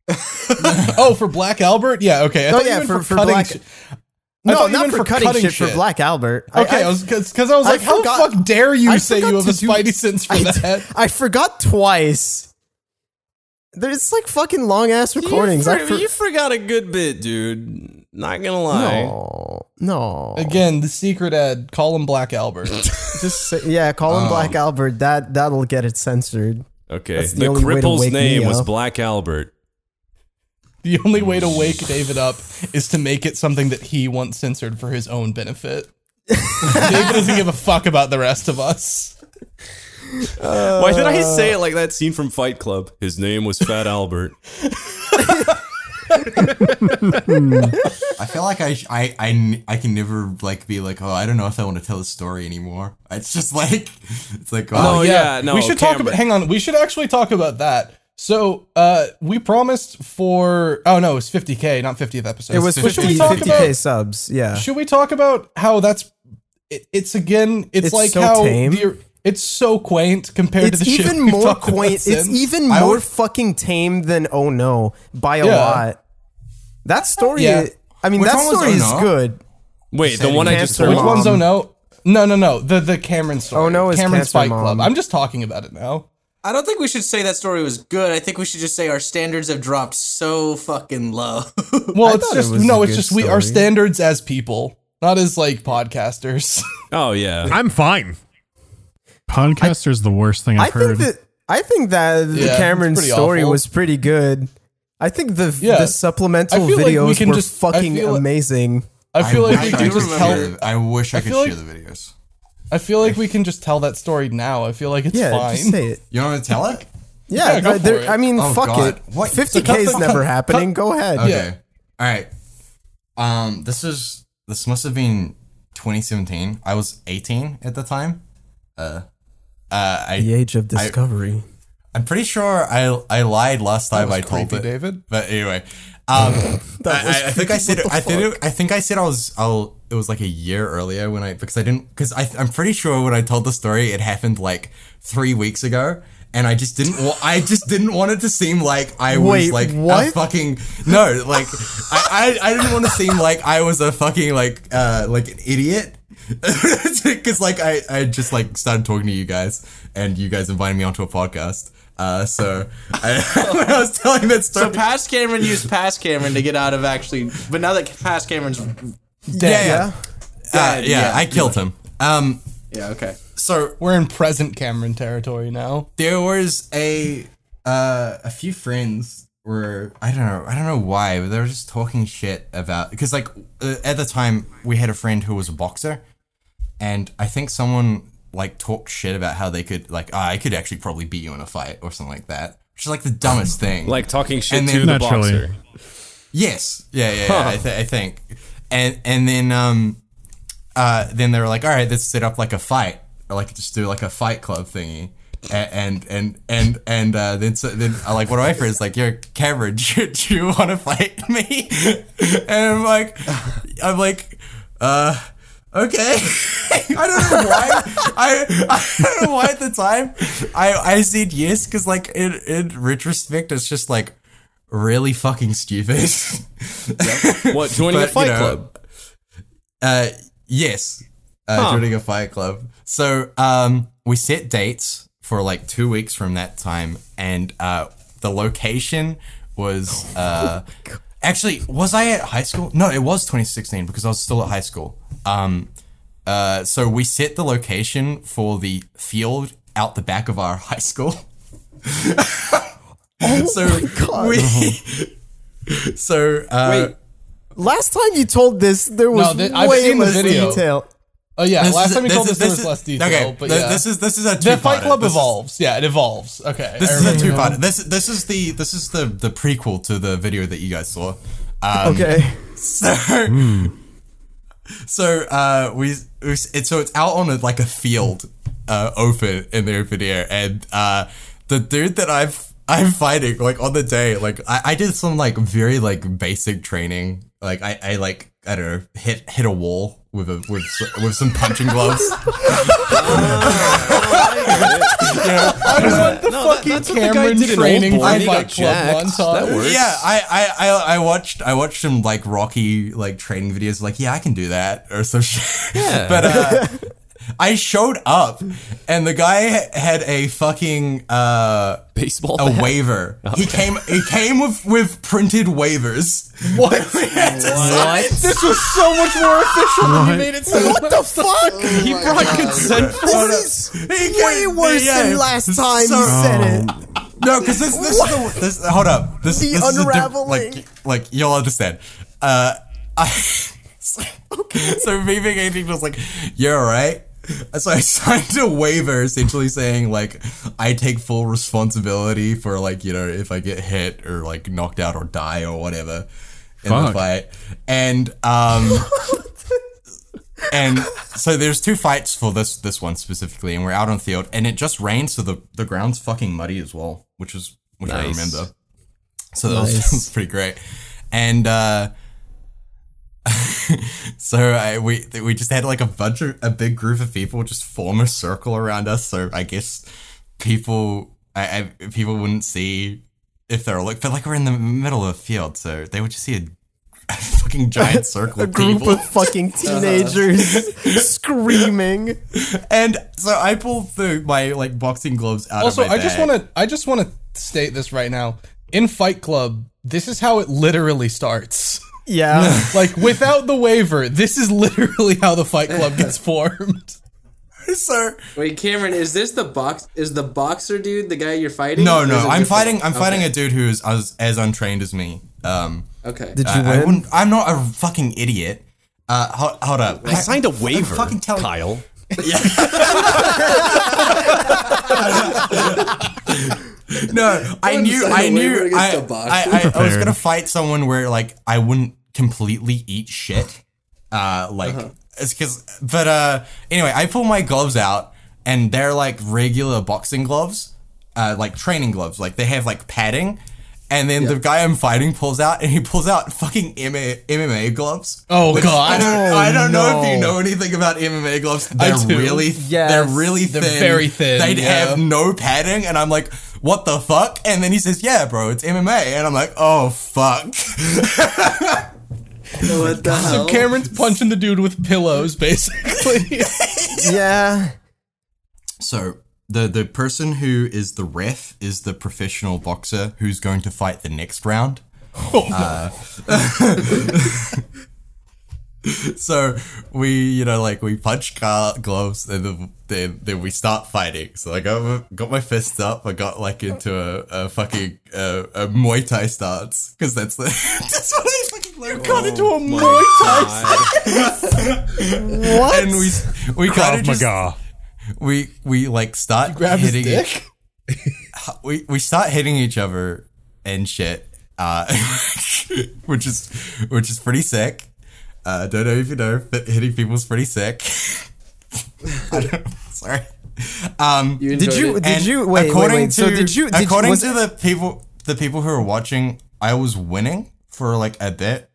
Speaker 2: Oh, for Black Albert? Yeah, okay. I
Speaker 5: Oh
Speaker 2: thought you
Speaker 5: yeah,
Speaker 2: meant
Speaker 5: for, for
Speaker 2: cutting
Speaker 5: black.
Speaker 2: shi- I
Speaker 5: no,
Speaker 2: thought you
Speaker 5: not
Speaker 2: meant
Speaker 5: for, cutting, shit, for Black Albert. I-
Speaker 2: Okay,
Speaker 5: I,
Speaker 2: I was because I was
Speaker 5: I
Speaker 2: like, how
Speaker 5: forgot-
Speaker 2: fuck dare you
Speaker 5: I
Speaker 2: say you
Speaker 5: forgot
Speaker 2: have a
Speaker 5: to do-
Speaker 2: spidey sense for
Speaker 5: I,
Speaker 2: that?
Speaker 5: I forgot twice. There's like fucking long ass recordings. I
Speaker 7: You,
Speaker 5: for-
Speaker 7: for- you forgot a good bit, dude. Not gonna lie.
Speaker 5: no, no.
Speaker 2: Again, the secret ad. Call him Black Albert.
Speaker 5: Just say, yeah, call him
Speaker 2: um,
Speaker 5: Black Albert. That that'll get it censored.
Speaker 7: Okay,
Speaker 5: That's the
Speaker 7: the,
Speaker 5: only way to
Speaker 7: cripple's
Speaker 5: wake me
Speaker 7: name was
Speaker 5: up.
Speaker 7: Black Albert.
Speaker 2: the only way to wake David up is to make it something that he wants censored for his own benefit. David doesn't give a fuck about the rest of us.
Speaker 7: Why did I say it like that scene from Fight Club? His name was Fat Albert.
Speaker 1: I feel like I, sh- I, I n- I can never like be like, oh, I don't know if I want to tell the story anymore. It's just like, it's like, oh,
Speaker 7: No,
Speaker 1: yeah.
Speaker 7: yeah, no,
Speaker 2: we should talk
Speaker 7: Cameron.
Speaker 2: about. Hang on, we should actually talk about that. So, uh, we promised for oh no, it's 50k, not 50th episode.
Speaker 5: It was
Speaker 2: But should
Speaker 5: 50,
Speaker 2: we talk
Speaker 5: 50k
Speaker 2: about?
Speaker 5: subs. Yeah,
Speaker 2: Should we talk about how that's? It, it's again. It's,
Speaker 5: It's
Speaker 2: like
Speaker 5: so
Speaker 2: how
Speaker 5: tame.
Speaker 2: the, it's so quaint compared to
Speaker 5: it's
Speaker 2: the shit
Speaker 5: even
Speaker 2: we've
Speaker 5: more
Speaker 2: talked about
Speaker 5: quaint. It's
Speaker 2: since.
Speaker 5: even
Speaker 1: I
Speaker 5: more
Speaker 1: would-
Speaker 5: fucking tame than Oh No by a
Speaker 2: Yeah.
Speaker 5: lot. That story.
Speaker 2: Yeah.
Speaker 5: I mean,
Speaker 1: Which
Speaker 5: that
Speaker 1: one was
Speaker 5: story
Speaker 1: Oh
Speaker 5: is
Speaker 1: No?
Speaker 5: good.
Speaker 7: Wait, the one I just
Speaker 5: Cancer
Speaker 7: told.
Speaker 2: Which
Speaker 5: Mom.
Speaker 2: one's oh no? No, no, no. The the Cameron story.
Speaker 5: Oh No is
Speaker 2: Cameron's Fight
Speaker 5: Cancer Mom.
Speaker 2: Club. I'm just talking about it now.
Speaker 10: I don't think we should say that story was good. I think we should just say our standards have dropped so fucking low.
Speaker 2: Well, it's
Speaker 5: thought it
Speaker 2: just
Speaker 5: was
Speaker 2: no.
Speaker 5: a
Speaker 2: It's
Speaker 5: good
Speaker 2: just we our
Speaker 5: story.
Speaker 2: standards as people, not as like podcasters.
Speaker 7: Oh yeah.
Speaker 6: I'm fine.
Speaker 3: Podcaster is the worst thing
Speaker 5: I
Speaker 3: I've heard.
Speaker 5: think that I think that
Speaker 2: Yeah,
Speaker 5: the
Speaker 2: it's
Speaker 5: Cameron
Speaker 2: pretty
Speaker 5: story
Speaker 2: awful.
Speaker 5: was pretty good. I think the
Speaker 2: Yeah.
Speaker 5: the supplemental
Speaker 2: I feel like we
Speaker 5: videos
Speaker 2: can
Speaker 5: were
Speaker 2: just- I
Speaker 5: fucking
Speaker 2: feel like-
Speaker 5: amazing.
Speaker 2: I feel like
Speaker 1: wish
Speaker 2: we
Speaker 1: I
Speaker 2: can
Speaker 1: could
Speaker 2: just
Speaker 1: share
Speaker 2: tell.
Speaker 1: the- I wish I, could
Speaker 2: feel like-
Speaker 1: share the videos.
Speaker 2: I feel like we can just tell that story now. I feel like it's
Speaker 5: Yeah,
Speaker 2: fine.
Speaker 5: just say it.
Speaker 1: You want me to tell it?
Speaker 5: Yeah,
Speaker 2: Yeah, go
Speaker 5: uh, there-
Speaker 2: for it.
Speaker 5: I mean,
Speaker 1: Oh,
Speaker 5: fuck
Speaker 1: God.
Speaker 5: it.
Speaker 1: What?
Speaker 5: 50k is never happening. Go ahead.
Speaker 2: Yeah.
Speaker 1: Okay. All right. Um, this is this must have been 2017. I was 18 at the time. Uh, uh, I
Speaker 5: The age of discovery.
Speaker 1: I'm pretty sure I I lied last time I told
Speaker 2: creepy,
Speaker 1: it,
Speaker 2: David.
Speaker 1: But anyway, um, I, I- I think I said it, I think it, I think I said I was I'll, it was like a year earlier when I because I didn't because I I'm pretty sure when I told the story it happened like three weeks ago. And I just didn't. Wa- I just didn't want it to seem like I was
Speaker 5: Wait,
Speaker 1: like a
Speaker 5: what?
Speaker 1: fucking no. Like I, I, I didn't want to seem like I was a fucking like uh like an idiot because like I, I just like started talking to you guys and you guys invited me onto a podcast uh so I, when I was telling that story
Speaker 10: so past Cameron used past Cameron to get out of actually, but now that past Cameron's
Speaker 1: yeah yeah, Uh,
Speaker 10: Dead,
Speaker 1: yeah,
Speaker 10: yeah.
Speaker 1: I killed him um
Speaker 10: yeah okay.
Speaker 1: so
Speaker 2: We're in present Cameron territory now.
Speaker 1: there was a uh a few friends were I don't know I don't know why but they were just talking shit about because like uh, at the time we had a friend who was a boxer and I think someone like talked shit about how they could like "Ah, I could actually probably beat you in a fight or something like that which is like the dumbest thing
Speaker 7: Like talking shit
Speaker 1: And
Speaker 7: to
Speaker 1: then-
Speaker 7: the
Speaker 3: Naturally.
Speaker 7: boxer.
Speaker 1: Yes. Yeah, yeah, yeah I, th- I think. And and then um uh then they were like, "All right, let's set up like a fight or like just do like a fight club thingy." A- And and and and uh, then so, then uh, like one of my friends like you're Cameron, do you, do you want to fight me? And I'm like, I'm like, uh, okay. I don't know why. I I don't know why at the time I I said yes because like in in retrospect it's just like really fucking stupid.
Speaker 7: What joining
Speaker 1: But,
Speaker 7: a fight
Speaker 1: you know,
Speaker 7: club?
Speaker 1: Uh, yes, uh, joining a fight club. So um, we set dates for like two weeks from that time, and uh, the location
Speaker 7: Oh
Speaker 1: was uh, actually was I at high school? No, it was 2016 because I was still at high school. Um, uh, so we set the location for the field out the back of our high school.
Speaker 7: Oh
Speaker 1: so we uh, so uh,
Speaker 7: Wait,
Speaker 5: Last time you told this, there was
Speaker 2: thi-
Speaker 5: way less detail.
Speaker 2: Oh yeah,
Speaker 1: This
Speaker 2: last
Speaker 1: is-
Speaker 2: time you
Speaker 1: this
Speaker 2: told
Speaker 1: is-
Speaker 2: us there
Speaker 1: this is-
Speaker 2: was less detail.
Speaker 1: okay,
Speaker 2: but
Speaker 1: th-
Speaker 2: yeah.
Speaker 1: this is- this is a
Speaker 2: the
Speaker 1: two-parter.
Speaker 2: Fight Club
Speaker 1: This is-
Speaker 2: evolves. yeah, it evolves. Okay,
Speaker 1: This
Speaker 2: I
Speaker 1: is a
Speaker 2: remember
Speaker 1: two
Speaker 2: now.
Speaker 1: part. This this is the this is the the prequel to the video that you guys saw. Um,
Speaker 5: Okay.
Speaker 1: So so uh, we it's so it's out on a, like a field, uh, open in the open air, and uh, the dude that I've I'm fighting like on the day like I, I did some like very like basic training like I, I like I don't know hit hit a wall with a with s- with some punching gloves.
Speaker 2: I want the fucking Cameron training for Fight Club montage.
Speaker 1: Yeah, I, I, I, I watched I watched some like Rocky like training videos. Like, yeah, I can do that or some shit.
Speaker 7: Yeah.
Speaker 1: but uh, I showed up, and the guy had a fucking uh,
Speaker 7: baseball
Speaker 1: a
Speaker 7: bat?
Speaker 1: waiver. He came he came with with printed waivers.
Speaker 2: What?
Speaker 1: what?
Speaker 2: This was so much more official than you made it sound.
Speaker 5: What the fuck?
Speaker 2: Oh
Speaker 7: He brought consent for
Speaker 5: This is way worse than last time you said it.
Speaker 1: No, because this this is the, this hold up. This,
Speaker 5: The
Speaker 1: this is a diff-
Speaker 5: unraveling.
Speaker 1: like like you'll understand. Uh, I so, so me being eighteen was like, you're all right. So I signed a waiver essentially saying like I take full responsibility for like you know if I get hit or like knocked out or die or whatever in the
Speaker 3: Fuck.
Speaker 1: fight, and um. and so there's two fights for this this one specifically, and we're out on field, and it just rained, so the the ground's fucking muddy as well, which is which I
Speaker 7: Nice.
Speaker 1: remember. So that was, was pretty great, and uh, so I, we th- we just had like a bunch of a big group of people just form a circle around us. So I guess people I, I people wouldn't see if they're like, but like we're in the middle of a field, so they would just see a, a fucking giant circle
Speaker 5: A
Speaker 1: of
Speaker 5: group
Speaker 1: people.
Speaker 5: of fucking teenagers screaming.
Speaker 1: And so I pulled the, my like boxing gloves out.
Speaker 2: Also,
Speaker 1: of my
Speaker 2: I just want to I just want to state this right now. In Fight Club, this is how it literally starts.
Speaker 5: Yeah.
Speaker 2: like without the waiver, this is literally how the Fight Club gets formed.
Speaker 1: to, sir.
Speaker 10: Wait, Cameron, is this the box? Is the boxer dude the guy you're fighting?
Speaker 1: No,
Speaker 10: Or
Speaker 1: no,
Speaker 10: is it
Speaker 1: I'm
Speaker 10: different?
Speaker 1: fighting. I'm fighting
Speaker 10: Okay.
Speaker 1: a dude who is as, as untrained as me. Um,
Speaker 10: Okay.
Speaker 5: Did you
Speaker 1: I
Speaker 5: win?
Speaker 1: wouldn't, I'm not a fucking idiot. Uh, hold, hold up.
Speaker 7: I signed a waiver.
Speaker 1: fucking telling-
Speaker 7: Kyle.
Speaker 1: no, I
Speaker 10: Someone
Speaker 1: knew,
Speaker 10: signed
Speaker 1: I
Speaker 10: a waiver
Speaker 1: knew,
Speaker 10: against
Speaker 1: I,
Speaker 10: a boxer.
Speaker 1: I, I, I was
Speaker 3: Fair.
Speaker 1: gonna fight someone where like I wouldn't completely eat shit. Uh, like it's because, but uh, anyway, I pull my gloves out and they're like regular boxing gloves, uh, like training gloves. Like they have like padding. And then the guy I'm fighting pulls out, and he pulls out fucking MMA, MMA gloves.
Speaker 2: Oh,
Speaker 1: which
Speaker 2: God.
Speaker 1: I don't, I don't know if you
Speaker 2: no.
Speaker 1: know anything about MMA gloves. They're
Speaker 2: do.
Speaker 1: really,
Speaker 5: Yes.
Speaker 1: they're really thin.
Speaker 2: They're very thin,
Speaker 1: They'd
Speaker 2: yeah.
Speaker 1: have no padding, and I'm like, what the fuck? And then he says, yeah, bro, it's MMA, and I'm like, oh fuck.
Speaker 10: What the hell?
Speaker 2: So Cameron's punching the dude with pillows basically.
Speaker 5: Yeah.
Speaker 1: So the the person who is the ref is the professional boxer who's going to fight the next round. Oh, Uh, so we, you know, like we punch car gloves, and then, then then we start fighting. So I got got my fists up. I got like into a, a fucking uh, a Muay Thai stance because that's the that's what I fucking learned. Got into a Muay Thai. what? And we we kind of
Speaker 3: Krav
Speaker 1: just
Speaker 3: Maga.
Speaker 1: we we like start
Speaker 2: Grab his
Speaker 1: hitting
Speaker 2: dick.
Speaker 1: each- we we start hitting each other and shit, uh, which is which is pretty sick. Uh, don't know if you know, but hitting people's pretty sick. I don't- Sorry. Um,
Speaker 10: enjoyed
Speaker 5: Did you?
Speaker 10: it.
Speaker 5: Did
Speaker 1: and
Speaker 5: you? Wait, wait,
Speaker 1: according
Speaker 5: wait.
Speaker 1: to
Speaker 5: so did you? Did you-
Speaker 1: according
Speaker 5: was
Speaker 1: to
Speaker 5: it-
Speaker 1: the people the people who are watching, I was winning for like a bit,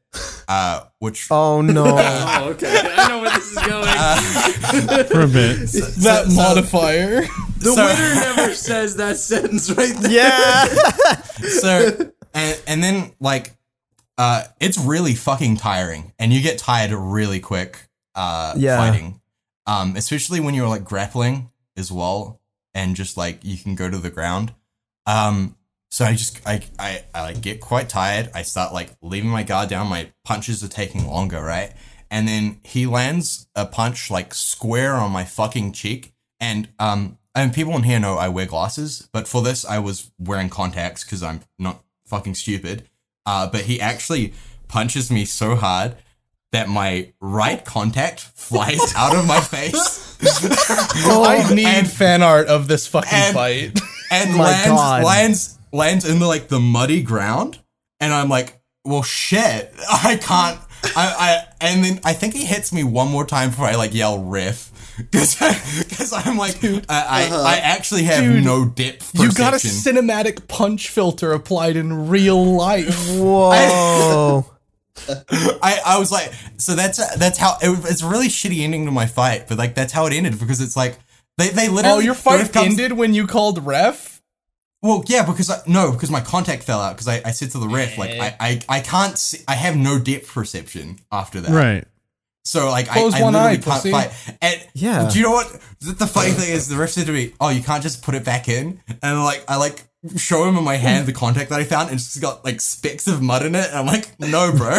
Speaker 1: uh, which
Speaker 5: Oh no!
Speaker 10: Oh, okay. I know where this is going.
Speaker 3: For a bit.
Speaker 2: that modifier.
Speaker 10: the
Speaker 1: so-
Speaker 10: winner never says that sentence right there.
Speaker 5: yeah.
Speaker 1: so and, and then like uh it's really fucking tiring and you get tired really quick uh
Speaker 5: Yeah.
Speaker 1: fighting um especially when you're like grappling as well and just like you can go to the ground um so i just i i, I like get quite tired i start like leaving my guard down my punches are taking longer right and then he lands a punch like square on my fucking cheek and um and people in here know I wear glasses, but for this I was wearing contacts because I'm not fucking stupid. Uh, but he actually punches me so hard that my right contact flies out of my face.
Speaker 2: I need fan art of this fucking
Speaker 1: and-
Speaker 2: fight.
Speaker 1: and
Speaker 2: Oh My
Speaker 1: lands,
Speaker 2: God.
Speaker 1: lands lands in the like the muddy ground and i'm like well shit i can't I, I and then i think he hits me one more time before i like yell riff because i'm like I, I,
Speaker 2: uh-huh.
Speaker 1: I actually have
Speaker 2: Dude,
Speaker 1: no depth perception.
Speaker 2: You got a cinematic punch filter applied in real life.
Speaker 1: Whoa. I, I was like, so that's that's how it, was- it's a really shitty ending to my fight, but like that's how it ended because it's like they they literally
Speaker 2: oh, your
Speaker 1: the
Speaker 2: fight
Speaker 1: ref comes-
Speaker 2: ended when you called ref?
Speaker 1: Well, yeah, because I, no, because my contact fell out because I, I said to the ref like I, I I can't see I have no depth perception after that.
Speaker 3: Right.
Speaker 1: So like
Speaker 2: Close
Speaker 1: I, I
Speaker 2: one
Speaker 1: literally
Speaker 2: eye,
Speaker 1: can't
Speaker 2: pussy.
Speaker 1: fight. And
Speaker 2: Yeah.
Speaker 1: do you know what the, the funny thing is? The ref said to me, "Oh, you can't just put it back in." And like I like show him in my hand the contact that I found, and it's just got like specks of mud in it. And I'm like, "No, bro."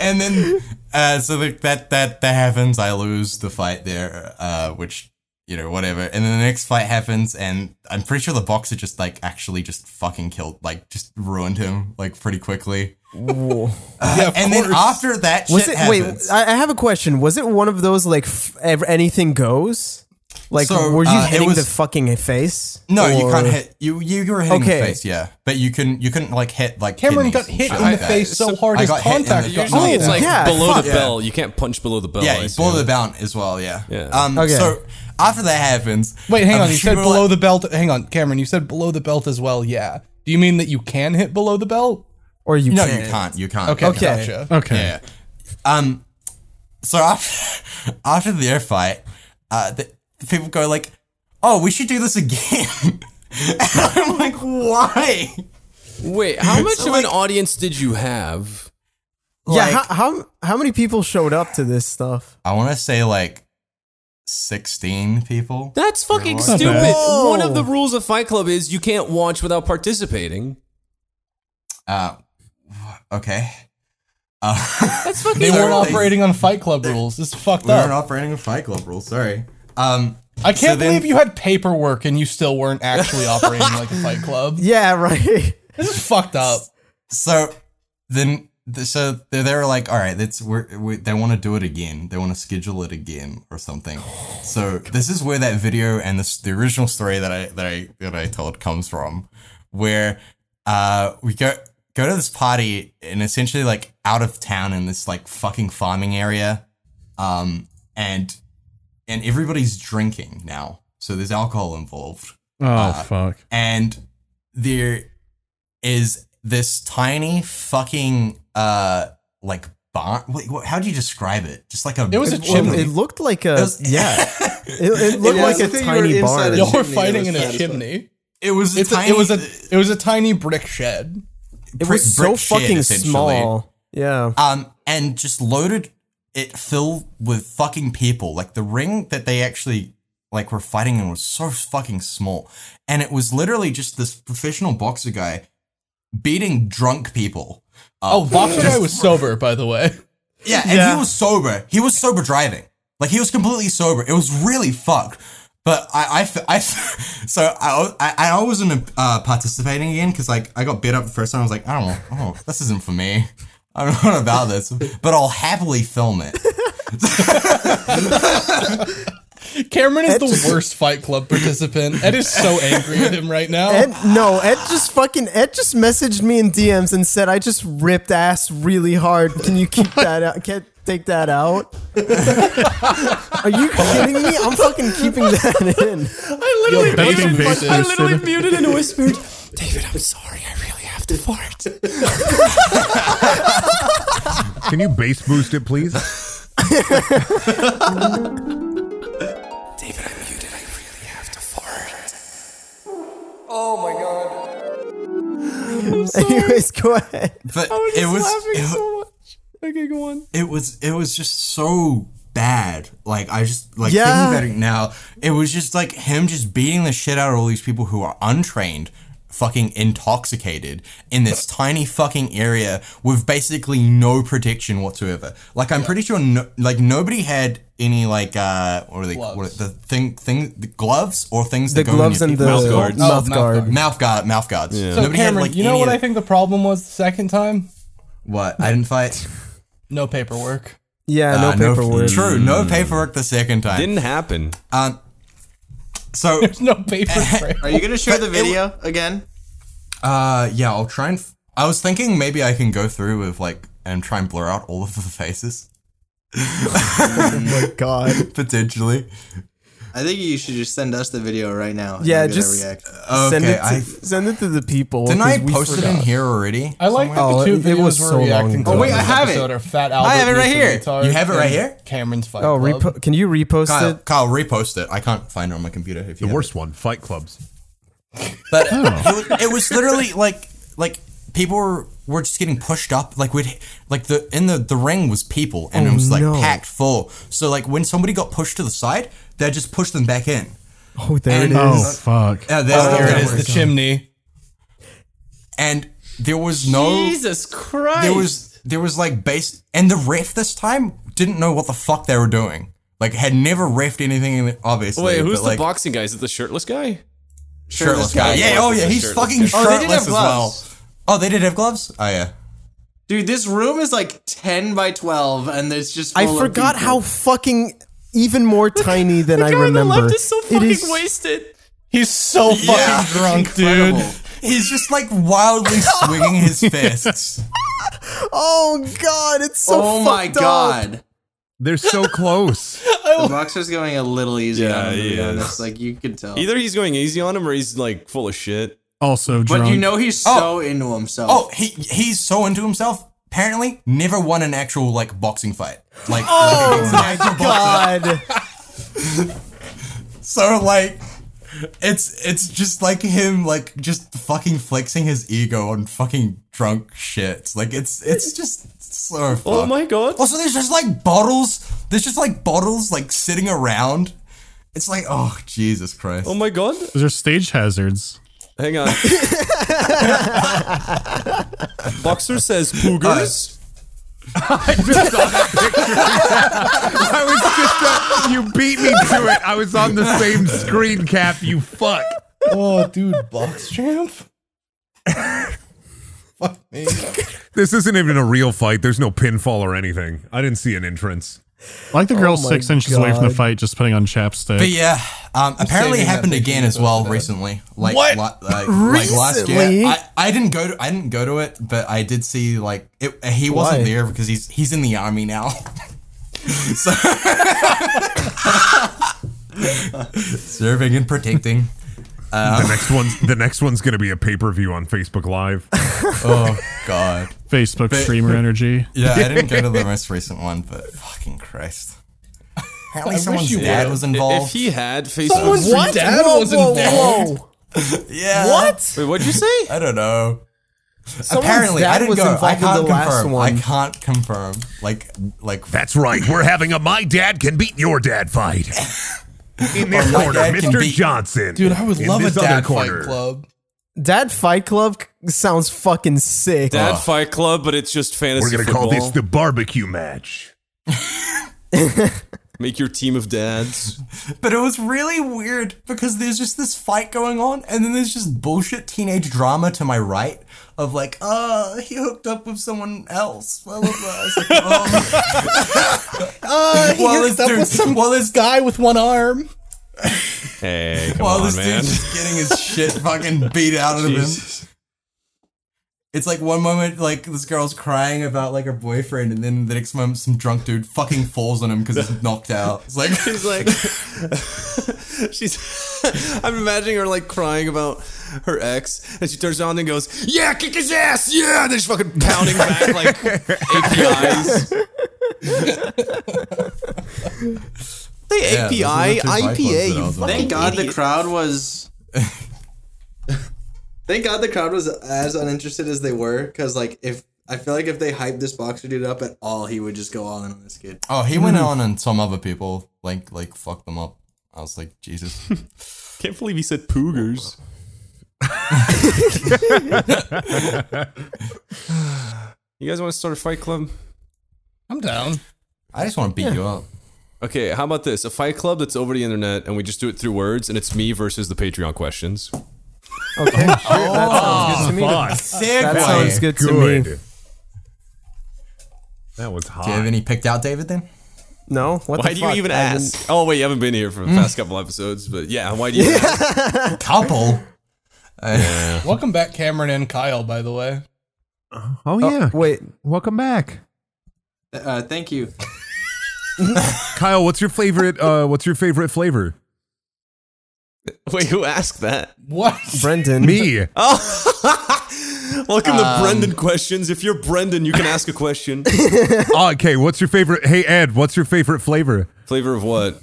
Speaker 1: and then uh, so the, that that that happens. I lose the fight there, uh, which you know whatever. And then the next fight happens, and I'm pretty sure the boxer just like actually just fucking killed, like just ruined him like pretty quickly. Uh,
Speaker 2: yeah,
Speaker 1: and then after that,
Speaker 5: was
Speaker 1: shit
Speaker 5: it?
Speaker 1: happens.
Speaker 5: Wait, I, I have a question. Was it one of those like f- ev- anything goes? Like,
Speaker 1: So,
Speaker 5: were you
Speaker 1: uh, it
Speaker 5: hitting the
Speaker 1: was-
Speaker 5: fucking face?
Speaker 1: No, you
Speaker 5: Or-
Speaker 1: can't hit. You you, you were hitting
Speaker 5: Okay.
Speaker 1: the face, yeah, but you couldn't you couldn't like hit like.
Speaker 2: Cameron
Speaker 1: kidneys
Speaker 2: got
Speaker 1: and
Speaker 2: hit
Speaker 1: shit
Speaker 2: in
Speaker 1: like
Speaker 2: the
Speaker 1: that.
Speaker 2: face so hard
Speaker 1: I
Speaker 2: his
Speaker 1: got hit in
Speaker 2: contact
Speaker 1: the-
Speaker 2: got
Speaker 7: Usually it's like
Speaker 5: yeah,
Speaker 7: below
Speaker 5: fuck.
Speaker 7: the bell. You can't punch below the
Speaker 5: Oh,
Speaker 7: bell.
Speaker 1: Yeah,
Speaker 7: I
Speaker 1: below
Speaker 7: assume.
Speaker 1: the belt as well. Yeah.
Speaker 7: Yeah.
Speaker 1: Um,
Speaker 5: Okay.
Speaker 1: So after that happens,
Speaker 2: Wait, hang
Speaker 1: I'm
Speaker 2: on. You said
Speaker 1: sure,
Speaker 2: below
Speaker 1: like-
Speaker 2: the belt. Hang on, Cameron. You said below the belt as well. Yeah. Do you mean that you can hit below the belt?
Speaker 5: Or you
Speaker 1: No,
Speaker 5: can't.
Speaker 1: you can't. You can't.
Speaker 2: Okay.
Speaker 5: Okay.
Speaker 2: Gotcha.
Speaker 3: Okay.
Speaker 1: Yeah. Um. So after after their fight, uh, the, the people go like, "Oh, we should do this again." and I'm like, "Why?"
Speaker 7: Wait, how much of an audience did you have?
Speaker 5: Yeah,
Speaker 1: Like-
Speaker 5: how, how how many people showed up to this stuff?
Speaker 1: I want to say like sixteen people.
Speaker 7: That's fucking
Speaker 1: Not bad.
Speaker 7: stupid.
Speaker 5: Whoa.
Speaker 7: One of the rules of Fight Club is you can't watch without participating.
Speaker 1: Uh, okay. Uh,
Speaker 7: That's fucking
Speaker 2: They
Speaker 1: Sorry,
Speaker 2: weren't
Speaker 1: they-
Speaker 2: operating on Fight Club rules. It's fucked
Speaker 1: we weren't
Speaker 2: up.
Speaker 1: operating with Fight Club rules. Sorry. Um,
Speaker 2: I can't
Speaker 1: then-
Speaker 2: believe you had paperwork and you still weren't actually operating like a Fight Club.
Speaker 5: Yeah, right.
Speaker 2: This is fucked up.
Speaker 1: so then, th- so they they were like, "All right, that's we're, we, they want to do it again. They want to schedule it again or something." So this is where that video and this, the original story that I that I that I told comes from, where uh we go go to this party and essentially like out of town in this like fucking farming area, um and and everybody's drinking now, so there's alcohol involved.
Speaker 3: Oh fuck.
Speaker 1: and there is this tiny fucking uh like barn. Wait, what, how do you describe it? Just like a.
Speaker 2: It was a
Speaker 5: Well,
Speaker 2: chimney.
Speaker 5: it looked like a
Speaker 1: was-
Speaker 5: yeah. It, it looked
Speaker 8: Yeah,
Speaker 5: like
Speaker 8: I
Speaker 5: a
Speaker 8: think you
Speaker 5: tiny
Speaker 8: were inside
Speaker 5: barn.
Speaker 8: a
Speaker 2: Y'all
Speaker 8: chimney,
Speaker 2: were
Speaker 8: it
Speaker 2: fighting
Speaker 8: was
Speaker 2: in a
Speaker 8: satisfying.
Speaker 2: chimney.
Speaker 1: It was a
Speaker 2: It's a,
Speaker 1: tiny. uh,
Speaker 2: it was a it was a tiny brick shed.
Speaker 5: It was so
Speaker 1: brick shed,
Speaker 5: fucking
Speaker 1: essentially.
Speaker 5: small. Yeah.
Speaker 1: um and just loaded it filled with fucking people. Like the ring that they actually like were fighting in was so fucking small, and it was literally just this professional boxer guy beating drunk people.
Speaker 2: Oh, Boxer guy was sober, by the way.
Speaker 1: Yeah, and he was sober. He was sober driving. Like he was completely sober. It was really fucked. But I, I f- I f- so I, wa- I, I wasn't uh, participating again because like I got bit up the first time. I was like, I don't, oh, this isn't for me. I'm not about this. But I'll happily film it.
Speaker 2: Cameron is the worst Fight Club participant. Ed is so angry at him right now.
Speaker 5: Ed, no, Ed just fucking Ed just messaged me in DMs and said I just ripped ass really hard. Can you keep that out? Can't take that out. Are you kidding me? I'm fucking keeping that in.
Speaker 7: I literally,
Speaker 3: Yo, muted- Benjamin Bates I literally just
Speaker 7: muted and whispered, David, I'm sorry. I really have to fart.
Speaker 6: Can you bass boost it, please?
Speaker 7: David, I'm muted. I really have to fart.
Speaker 5: Anyways, go ahead.
Speaker 1: But it was it,
Speaker 7: Okay, go on.
Speaker 1: it was it was just so bad. Like I just like
Speaker 5: Yeah.
Speaker 1: thinking about it now. It was just like him just beating the shit out of all these people who are untrained fucking intoxicated in this tiny fucking area with basically no protection whatsoever. Like I'm pretty sure no, like nobody had any like uh what are they what are the thing thing the gloves or things
Speaker 5: The
Speaker 1: that go in
Speaker 5: gloves
Speaker 1: your-
Speaker 5: and the Mouth guards.
Speaker 1: Oh,
Speaker 5: mouth guard.
Speaker 1: mouth guard mouth guards.
Speaker 2: So
Speaker 1: Nobody
Speaker 2: Cameron,
Speaker 1: had like
Speaker 2: you know
Speaker 1: any
Speaker 2: what
Speaker 1: of-
Speaker 2: I think the problem was the second time?
Speaker 1: what I didn't fight.
Speaker 2: No paperwork.
Speaker 5: Yeah,
Speaker 1: Uh, no paperwork. True,
Speaker 5: Mm.
Speaker 1: no paperwork the second time.
Speaker 7: Didn't happen.
Speaker 1: Um, so
Speaker 2: no paper trail.
Speaker 10: Are you gonna share the video again?
Speaker 1: Uh, yeah, I'll try and. F- I was thinking maybe I can go through with like and try and blur out all of the faces.
Speaker 5: oh my god.
Speaker 1: Potentially.
Speaker 10: I think you should just send us the video right now. and
Speaker 5: Yeah,
Speaker 10: we'll get a
Speaker 5: just Oh.
Speaker 10: reaction.
Speaker 5: send, it
Speaker 1: Okay,
Speaker 5: to,
Speaker 1: I-
Speaker 5: send it to the people.
Speaker 1: Didn't I
Speaker 5: 'cause we
Speaker 1: post it in
Speaker 5: forgot.
Speaker 1: here already?
Speaker 2: I like that
Speaker 5: Oh,
Speaker 2: the two
Speaker 5: it- it
Speaker 2: videos
Speaker 5: was
Speaker 2: we're
Speaker 5: so long
Speaker 2: reacting to.
Speaker 5: ago. Oh,
Speaker 2: on
Speaker 10: wait,
Speaker 2: this
Speaker 10: I have it.
Speaker 2: episode are Fat Albert
Speaker 10: have it right
Speaker 2: meets the
Speaker 10: here.
Speaker 2: Retard
Speaker 1: You have it right
Speaker 2: and
Speaker 1: here?
Speaker 2: Cameron's fight.
Speaker 5: Oh,
Speaker 2: Club.
Speaker 5: repo- can you repost
Speaker 1: Kyle,
Speaker 5: it?
Speaker 1: Kyle, repost it. I can't find it on my computer. If you
Speaker 6: The
Speaker 1: have
Speaker 6: worst one, Fight Clubs.
Speaker 1: it. but
Speaker 5: Oh.
Speaker 1: it, was, it was literally like like people were, were just getting pushed up. Like we'd like the in the the ring was people and it was like
Speaker 5: Oh, no.
Speaker 1: packed full. So like when somebody got pushed to the side, they just pushed them back in.
Speaker 5: Oh, there it is.
Speaker 1: And-
Speaker 3: Oh fuck.
Speaker 1: Uh, there's,
Speaker 2: There
Speaker 1: there
Speaker 2: it is, the chimney.
Speaker 1: and there was no
Speaker 10: Jesus Christ!
Speaker 1: there was there was like base and the ref this time didn't know what the fuck they were doing. Like had never refed anything in it, obviously.
Speaker 7: Wait, who's
Speaker 1: but,
Speaker 7: the
Speaker 1: like,
Speaker 7: boxing guy? Is it the shirtless guy?
Speaker 1: shirtless guy? Yeah, oh yeah, he's
Speaker 7: Shirtless
Speaker 1: fucking
Speaker 10: Oh, they did
Speaker 1: shirtless
Speaker 10: have
Speaker 1: as well.
Speaker 10: gloves.
Speaker 1: Oh, they did have gloves? Oh yeah.
Speaker 10: dude. This room is like ten by twelve, and it's just.
Speaker 5: I
Speaker 10: full of
Speaker 5: forgot
Speaker 10: people.
Speaker 5: how fucking even more tiny than I
Speaker 7: guy on
Speaker 5: remember.
Speaker 7: the left is so
Speaker 5: It
Speaker 7: fucking
Speaker 5: is-
Speaker 7: wasted.
Speaker 2: He's so fucking drunk, dude.
Speaker 10: Incredible.
Speaker 1: He's just like wildly swinging his fists.
Speaker 5: Oh god, it's so.
Speaker 10: Oh my
Speaker 5: fucked up. Oh.
Speaker 10: god!
Speaker 6: They're so close.
Speaker 10: The boxer's going a little easy on
Speaker 7: Yeah,
Speaker 10: him. To
Speaker 7: he
Speaker 10: be
Speaker 7: is.
Speaker 10: honest. Like you can tell.
Speaker 7: Either he's going easy on him or he's like full of shit.
Speaker 3: Also
Speaker 10: but
Speaker 3: drunk.
Speaker 10: you know he's so into himself.
Speaker 1: Oh, he he's so into himself. Apparently, never won an actual like boxing fight. Like, oh my
Speaker 5: God.
Speaker 1: So like it's it's just like him like just fucking flexing his ego on fucking drunk shit. Like it's it's just so fucked.
Speaker 7: Oh my god.
Speaker 1: Also there's just like bottles there's just like bottles like sitting around. It's like oh Jesus Christ.
Speaker 7: Oh my god.
Speaker 3: Those are stage hazards.
Speaker 7: Hang on. Boxer says poogers.
Speaker 6: I was just uh, you beat me to it. I was on the same screen cap. You fuck.
Speaker 2: Oh, dude, box champ. Fuck me.
Speaker 6: This isn't even a real fight. There's no pinfall or anything. I didn't see an entrance.
Speaker 3: I like the girl
Speaker 5: my
Speaker 3: six inches away from the
Speaker 5: God.
Speaker 3: fight, just putting on chapstick.
Speaker 1: but yeah, um, apparently it
Speaker 2: saving that
Speaker 1: happened
Speaker 2: picture
Speaker 1: again
Speaker 2: for
Speaker 1: as well
Speaker 2: that.
Speaker 1: recently. Like
Speaker 2: What?
Speaker 1: la- like, like last
Speaker 5: Recently?
Speaker 1: year. I, I didn't go to I didn't go to it, but I did see like it, he wasn't
Speaker 5: Why?
Speaker 1: there because he's he's in the army now. so serving and protecting.
Speaker 6: The next one's the next one's gonna be a pay per view on Facebook Live.
Speaker 1: Oh god.
Speaker 3: Facebook streamer energy.
Speaker 1: Yeah, I didn't go to the most recent one, but fucking Christ. Apparently someone's
Speaker 2: you
Speaker 1: dad
Speaker 2: would.
Speaker 1: was
Speaker 7: If
Speaker 1: involved.
Speaker 7: he had Facebook.
Speaker 2: What? Dad
Speaker 5: whoa,
Speaker 2: was
Speaker 5: whoa,
Speaker 2: involved.
Speaker 5: whoa.
Speaker 1: yeah.
Speaker 5: What?
Speaker 7: Wait, what'd you say?
Speaker 1: I don't know.
Speaker 5: Someone's
Speaker 1: Apparently,
Speaker 5: dad
Speaker 1: I didn't
Speaker 5: was
Speaker 1: go.
Speaker 5: involved
Speaker 1: I
Speaker 5: in
Speaker 1: can't
Speaker 5: the last
Speaker 1: confirm. I
Speaker 5: one.
Speaker 1: can't confirm. Like, like
Speaker 6: That's right. We're having a my dad can beat your dad fight. In this
Speaker 1: my
Speaker 6: corner,
Speaker 1: dad can
Speaker 6: Mr.
Speaker 1: beat-
Speaker 6: Johnson.
Speaker 2: Dude, I would
Speaker 6: In
Speaker 2: love a
Speaker 6: this other
Speaker 2: dad
Speaker 6: corner.
Speaker 2: fight club.
Speaker 5: Dad Fight Club sounds fucking sick.
Speaker 7: Dad Fight Club, but it's just fantasy
Speaker 6: We're gonna
Speaker 7: football.
Speaker 6: call this the barbecue match.
Speaker 7: Make your team of dads.
Speaker 1: But it was really weird because there's just this fight going on, and then there's just bullshit teenage drama to my right of like, oh, he hooked up with someone else. Blah, blah, blah. I was like, oh.
Speaker 2: Uh,
Speaker 1: Well, this dude- well, this-
Speaker 2: guy with one arm.
Speaker 7: Hey, come
Speaker 1: While
Speaker 7: on,
Speaker 1: this
Speaker 7: man.
Speaker 1: dude's just getting his shit fucking beat out of him. It's like one moment, like this girl's crying about like her boyfriend, and then the next moment, some drunk dude fucking falls on him because he's knocked out. It's like,
Speaker 7: She's like, she's. I'm imagining her like crying about her ex, and she turns around and goes, "Yeah, kick his ass, yeah!" And then she's fucking pounding back like APIs. they
Speaker 1: Yeah, those are the
Speaker 7: API
Speaker 1: two bike
Speaker 7: IPA.
Speaker 1: ones that I was
Speaker 7: You
Speaker 1: on.
Speaker 7: fucking
Speaker 10: Thank God the
Speaker 7: idiot.
Speaker 10: crowd was. Thank God the crowd was as uninterested as they were, because like if I feel like if they hyped this boxer dude up at all, he would just go all in on this kid.
Speaker 1: oh, he went on and some other people like like fucked them up. I was like, Jesus.
Speaker 7: Can't believe he said poogers. you guys want to start a fight club?
Speaker 2: I'm down.
Speaker 1: I just want to beat you up.
Speaker 7: Okay, how about this? A fight club that's over the internet and we just do it through words and it's me versus the Patreon questions.
Speaker 5: Okay, sure. That sounds good to me.
Speaker 6: fuck.
Speaker 5: That sounds good to me.
Speaker 6: Good. That was hot.
Speaker 1: Do you have any picked out, David? Then
Speaker 5: No, what
Speaker 7: Why
Speaker 5: the
Speaker 7: do
Speaker 5: fuck?
Speaker 7: you even
Speaker 5: I didn't-
Speaker 7: ask? Oh wait, you haven't been here for the past couple episodes, but yeah, why do you ask?
Speaker 1: couple.
Speaker 2: Welcome back, Cameron and Kyle. By the way,
Speaker 6: Oh
Speaker 5: Oh,
Speaker 6: yeah.
Speaker 5: wait,
Speaker 6: Welcome back.
Speaker 10: Uh, thank you.
Speaker 6: Kyle, what's your favorite uh what's your favorite flavor?
Speaker 7: Wait, who asked that?
Speaker 2: what?
Speaker 5: Brendan.
Speaker 6: Me.
Speaker 7: Welcome to Brendan questions. If you're Brendan, you can ask a question.
Speaker 6: Oh, okay, what's your favorite Hey Ed, what's your favorite flavor?
Speaker 7: Flavor of what?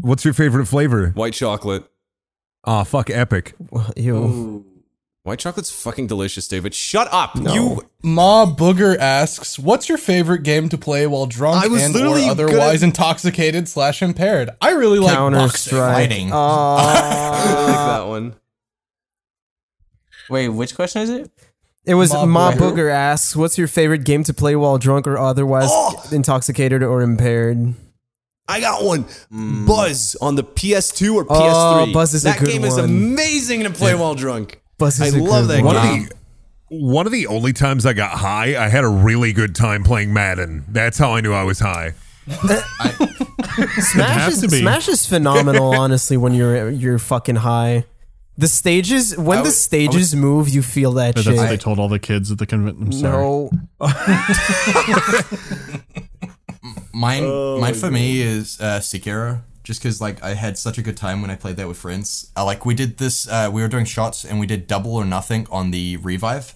Speaker 6: What's your favorite flavor?
Speaker 7: White chocolate.
Speaker 6: Aw, fuck epic.
Speaker 5: Ew.
Speaker 7: White chocolate's fucking delicious, David. Shut up. You
Speaker 2: Ma Booger asks, "What's your favorite game to play while drunk
Speaker 7: I was
Speaker 2: and or
Speaker 7: literally
Speaker 2: otherwise
Speaker 7: gonna-
Speaker 2: intoxicated slash impaired?" I really like
Speaker 5: Counter
Speaker 2: boxing.
Speaker 5: Strike.
Speaker 1: fighting.
Speaker 5: Aw.
Speaker 7: I like that one.
Speaker 4: Wait, which question is it?
Speaker 5: it was
Speaker 2: Ma
Speaker 5: Ma,
Speaker 2: Booger.
Speaker 5: Booger. asks, "What's your favorite game to play while drunk or otherwise
Speaker 1: Oh!
Speaker 5: intoxicated or impaired?"
Speaker 7: I got one. Buzz on the PS2 or PS3.
Speaker 5: Oh, Buzz is a
Speaker 7: that
Speaker 5: good
Speaker 7: game Mm. is
Speaker 5: one.
Speaker 7: amazing to play while drunk.
Speaker 5: Buzz
Speaker 7: I
Speaker 5: is a
Speaker 7: love
Speaker 5: good
Speaker 7: that
Speaker 6: One
Speaker 7: game.
Speaker 6: of the one of the only times I got high, I had a really good time playing Madden. That's how I knew I was high.
Speaker 3: has
Speaker 5: Smash is
Speaker 3: to be.
Speaker 5: Smash is phenomenal, honestly. When you're you're fucking high, the stages when the stages move, you feel that
Speaker 3: That's
Speaker 5: shit.
Speaker 3: what they told all the kids at the convention. I'm sorry.
Speaker 5: no,
Speaker 1: Mine, mine for me is uh, Sekiro. Just because like I had such a good time when I played that with friends. Uh, like we did this, uh, we were doing shots and we did double or nothing on the revive.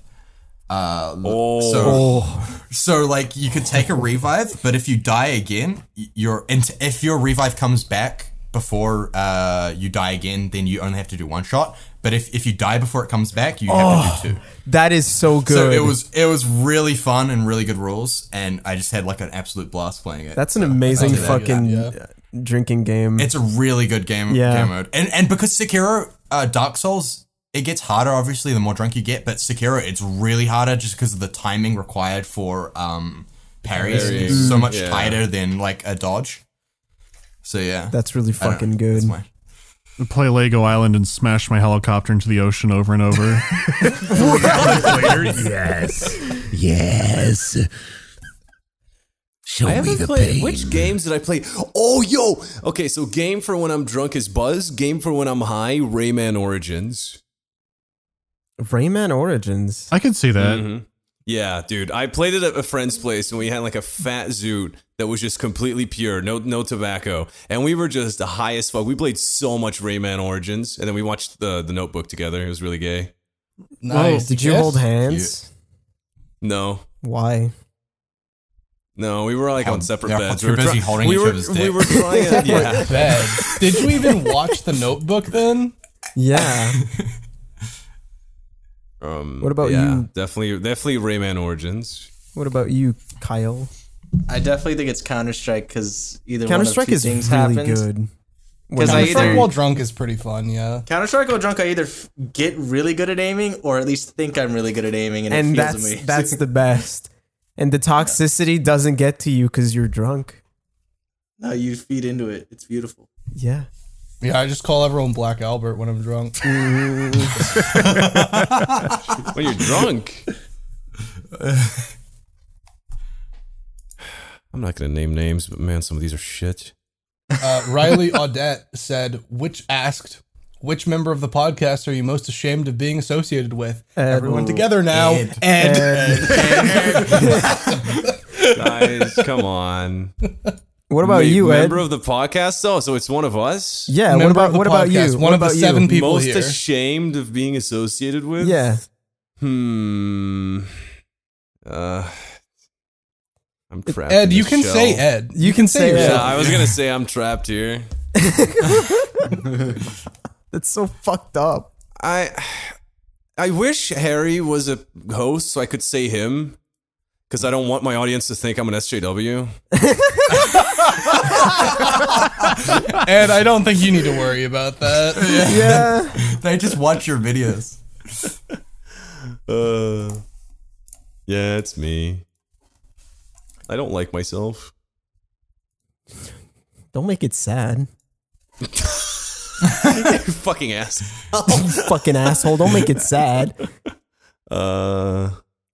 Speaker 1: Uh, oh. So, so like you could take a revive, but if you die again, y- your and if your revive comes back before uh, you die again, then you only have to do one shot. But if, if you die before it comes back, you have to do two.
Speaker 5: that is so good.
Speaker 1: So it was it was really fun and really good rules, and I just had like an absolute blast playing it.
Speaker 5: That's an amazing
Speaker 1: I'll do that.
Speaker 5: fucking uh drinking game.
Speaker 1: It's a really good game,
Speaker 5: Yeah.
Speaker 1: game mode. And and because Sekiro, uh, Dark Souls, it gets harder obviously the more drunk you get, but Sekiro, it's really harder just because of the timing required for um parries. It's so
Speaker 2: Mm,
Speaker 1: much
Speaker 7: yeah.
Speaker 1: tighter than like a dodge. So yeah.
Speaker 5: That's really
Speaker 1: I don't know.
Speaker 5: fucking good.
Speaker 1: That's my-
Speaker 3: Play Lego Island and smash my helicopter into the ocean over and over.
Speaker 6: yes. Yes. Show
Speaker 7: I haven't played. Which games did I play? Oh, yo. Okay, so game for when I'm drunk is Buzz. Game for when I'm high, Rayman Origins.
Speaker 5: Rayman Origins.
Speaker 3: I can see that.
Speaker 7: Yeah, dude. I played it at a friend's place and we had like a fat zoot that was just completely pure, no no tobacco. And we were just the highest fuck. We played so much Rayman Origins and then we watched the the notebook together. It was really gay.
Speaker 2: Nice.
Speaker 5: Did you
Speaker 2: Yes.
Speaker 5: hold hands?
Speaker 7: No.
Speaker 5: Why?
Speaker 7: No, we were like on separate
Speaker 1: yeah,
Speaker 7: beds.
Speaker 1: too
Speaker 7: we were
Speaker 1: busy holding
Speaker 7: we
Speaker 1: each
Speaker 7: were,
Speaker 1: other's
Speaker 7: We
Speaker 1: dick.
Speaker 7: were trying to, yeah.
Speaker 2: Bad. Did you even watch The Notebook then?
Speaker 5: Yeah.
Speaker 7: Um,
Speaker 5: What about
Speaker 7: yeah,
Speaker 5: you?
Speaker 7: Definitely, definitely Rayman Origins.
Speaker 5: what about you, Kyle?
Speaker 10: I definitely think it's Counter Strike because either
Speaker 5: Counter Strike is really
Speaker 10: things happened.
Speaker 5: good.
Speaker 10: Because I
Speaker 2: Counter Strike
Speaker 10: either
Speaker 2: while drunk is pretty fun. Yeah.
Speaker 10: Counter Strike while drunk, I either f- get really good at aiming or at least think I'm really good at aiming, and,
Speaker 5: And
Speaker 10: it feels
Speaker 5: that's
Speaker 10: amazing.
Speaker 5: that's the best. And the toxicity doesn't get to you because you're drunk.
Speaker 10: no, you feed into it. It's beautiful.
Speaker 5: Yeah.
Speaker 2: Yeah, I just call everyone Black Albert when I'm drunk.
Speaker 5: Mm.
Speaker 7: When you're drunk. I'm not gonna name names, but man, some of these are shit.
Speaker 2: Uh, Riley Audette said, which asked, which member of the podcast are you most ashamed of being associated with? Everyone together now.
Speaker 1: Ed.
Speaker 2: Ed.
Speaker 7: Guys, come on.
Speaker 5: What about
Speaker 7: Wait,
Speaker 5: you, Ed?
Speaker 7: member of the podcast? Oh, so it's one of us.
Speaker 5: yeah. What
Speaker 2: Member
Speaker 5: about
Speaker 2: of the
Speaker 5: what about you?
Speaker 2: podcast, One
Speaker 5: what
Speaker 2: of
Speaker 5: about
Speaker 2: the seven
Speaker 5: you?
Speaker 2: people
Speaker 7: Most
Speaker 2: here.
Speaker 7: ashamed of being associated with.
Speaker 5: Yeah.
Speaker 7: Hmm. Uh. I'm trapped. in
Speaker 2: Ed, you
Speaker 7: this
Speaker 2: can
Speaker 7: shell.
Speaker 2: say Ed.
Speaker 5: You can say
Speaker 2: yourself.
Speaker 7: Yeah, I was gonna say I'm trapped here.
Speaker 5: That's so fucked up.
Speaker 7: I I wish Harry was a host so I could say him. because I don't want my audience to think I'm an SJW.
Speaker 2: Ed, I don't think you need to worry about that.
Speaker 1: Yeah. they just watch your videos.
Speaker 7: Uh, yeah, it's me. I don't like myself.
Speaker 5: Don't make it sad.
Speaker 7: You fucking ass.
Speaker 5: you fucking asshole. Don't make it sad.
Speaker 7: Uh,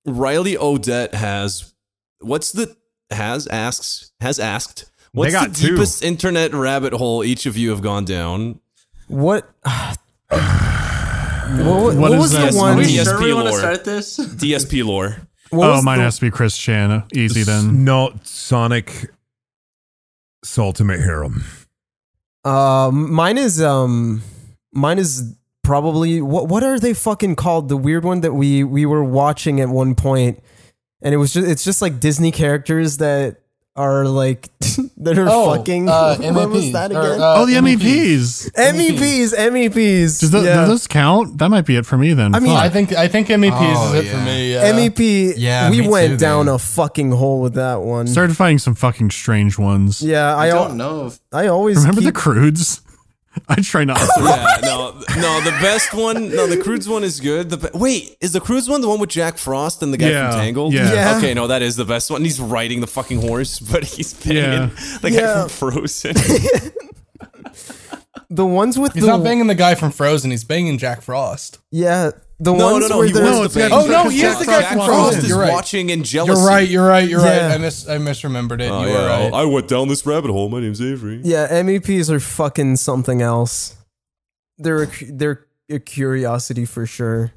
Speaker 7: Riley Odette has what's the has asks has asked what's
Speaker 6: got
Speaker 7: the
Speaker 6: two.
Speaker 7: deepest internet rabbit hole each of you have gone down?
Speaker 5: What? what, what was the one?
Speaker 7: Are we
Speaker 5: Yes.
Speaker 7: sure we wanna start
Speaker 10: this?
Speaker 7: DSP lore.
Speaker 5: What
Speaker 3: oh,
Speaker 5: was
Speaker 3: mine
Speaker 5: the-
Speaker 3: has to be Chris Chan. Easy then.
Speaker 6: No, Sonic Ultimate Harem.
Speaker 5: Um, mine is um, mine is probably what? What are they fucking called? The weird one that we we were watching at one point, and it was just it's just like Disney characters that are like that are
Speaker 2: Oh,
Speaker 5: fucking.
Speaker 2: uh,
Speaker 5: what was
Speaker 2: MEP,
Speaker 5: that
Speaker 2: or,
Speaker 5: again? E
Speaker 2: uh,
Speaker 3: oh, the MEPs.
Speaker 5: MEPs, MEPs.
Speaker 3: Does, tho-
Speaker 5: yeah.
Speaker 3: does those count? That might be it for me then.
Speaker 5: I mean,
Speaker 2: I think I think MEPs
Speaker 1: Oh,
Speaker 2: is it
Speaker 1: yeah.
Speaker 2: for me. Yeah.
Speaker 5: E MEP.
Speaker 1: Yeah,
Speaker 5: we
Speaker 1: me
Speaker 5: went
Speaker 1: too,
Speaker 5: down
Speaker 1: man.
Speaker 5: a fucking hole with that one.
Speaker 3: started finding some fucking strange ones.
Speaker 5: yeah,
Speaker 10: I
Speaker 5: I al-
Speaker 10: don't know. If,
Speaker 5: I always
Speaker 3: Remember
Speaker 5: keep,
Speaker 3: the crudes? I try not to.
Speaker 7: Yeah, no, no. The best one, no, the Crudes one is good. The be- wait, is the Crudes one the one with Jack Frost and the guy
Speaker 3: Yeah,
Speaker 7: from Tangled?
Speaker 3: yeah.
Speaker 5: Yeah.
Speaker 7: Okay, no, that is the best one. He's riding the fucking horse, but he's banging
Speaker 3: Yeah.
Speaker 7: the guy
Speaker 5: Yeah.
Speaker 7: from Frozen.
Speaker 5: the ones with
Speaker 2: He's
Speaker 5: the
Speaker 2: not banging the guy from Frozen. He's banging Jack Frost.
Speaker 5: yeah the
Speaker 7: No,
Speaker 5: ones
Speaker 7: no, no.
Speaker 5: where
Speaker 7: He
Speaker 5: they're-
Speaker 7: was
Speaker 3: No,
Speaker 7: the
Speaker 3: it's got-
Speaker 7: bang-
Speaker 2: oh, no, he is the guy
Speaker 7: Jack
Speaker 2: from Frozen.
Speaker 7: Frost is
Speaker 2: You're right.
Speaker 7: watching in jealousy.
Speaker 2: You're right. You're right. You're right.
Speaker 5: Yeah.
Speaker 2: I mis I misremembered it.
Speaker 7: Oh,
Speaker 2: you
Speaker 7: yeah,
Speaker 2: were right.
Speaker 7: I went down this rabbit hole. My name's Avery.
Speaker 5: yeah MEPs are fucking something else. They're a, cu- they're a curiosity for sure.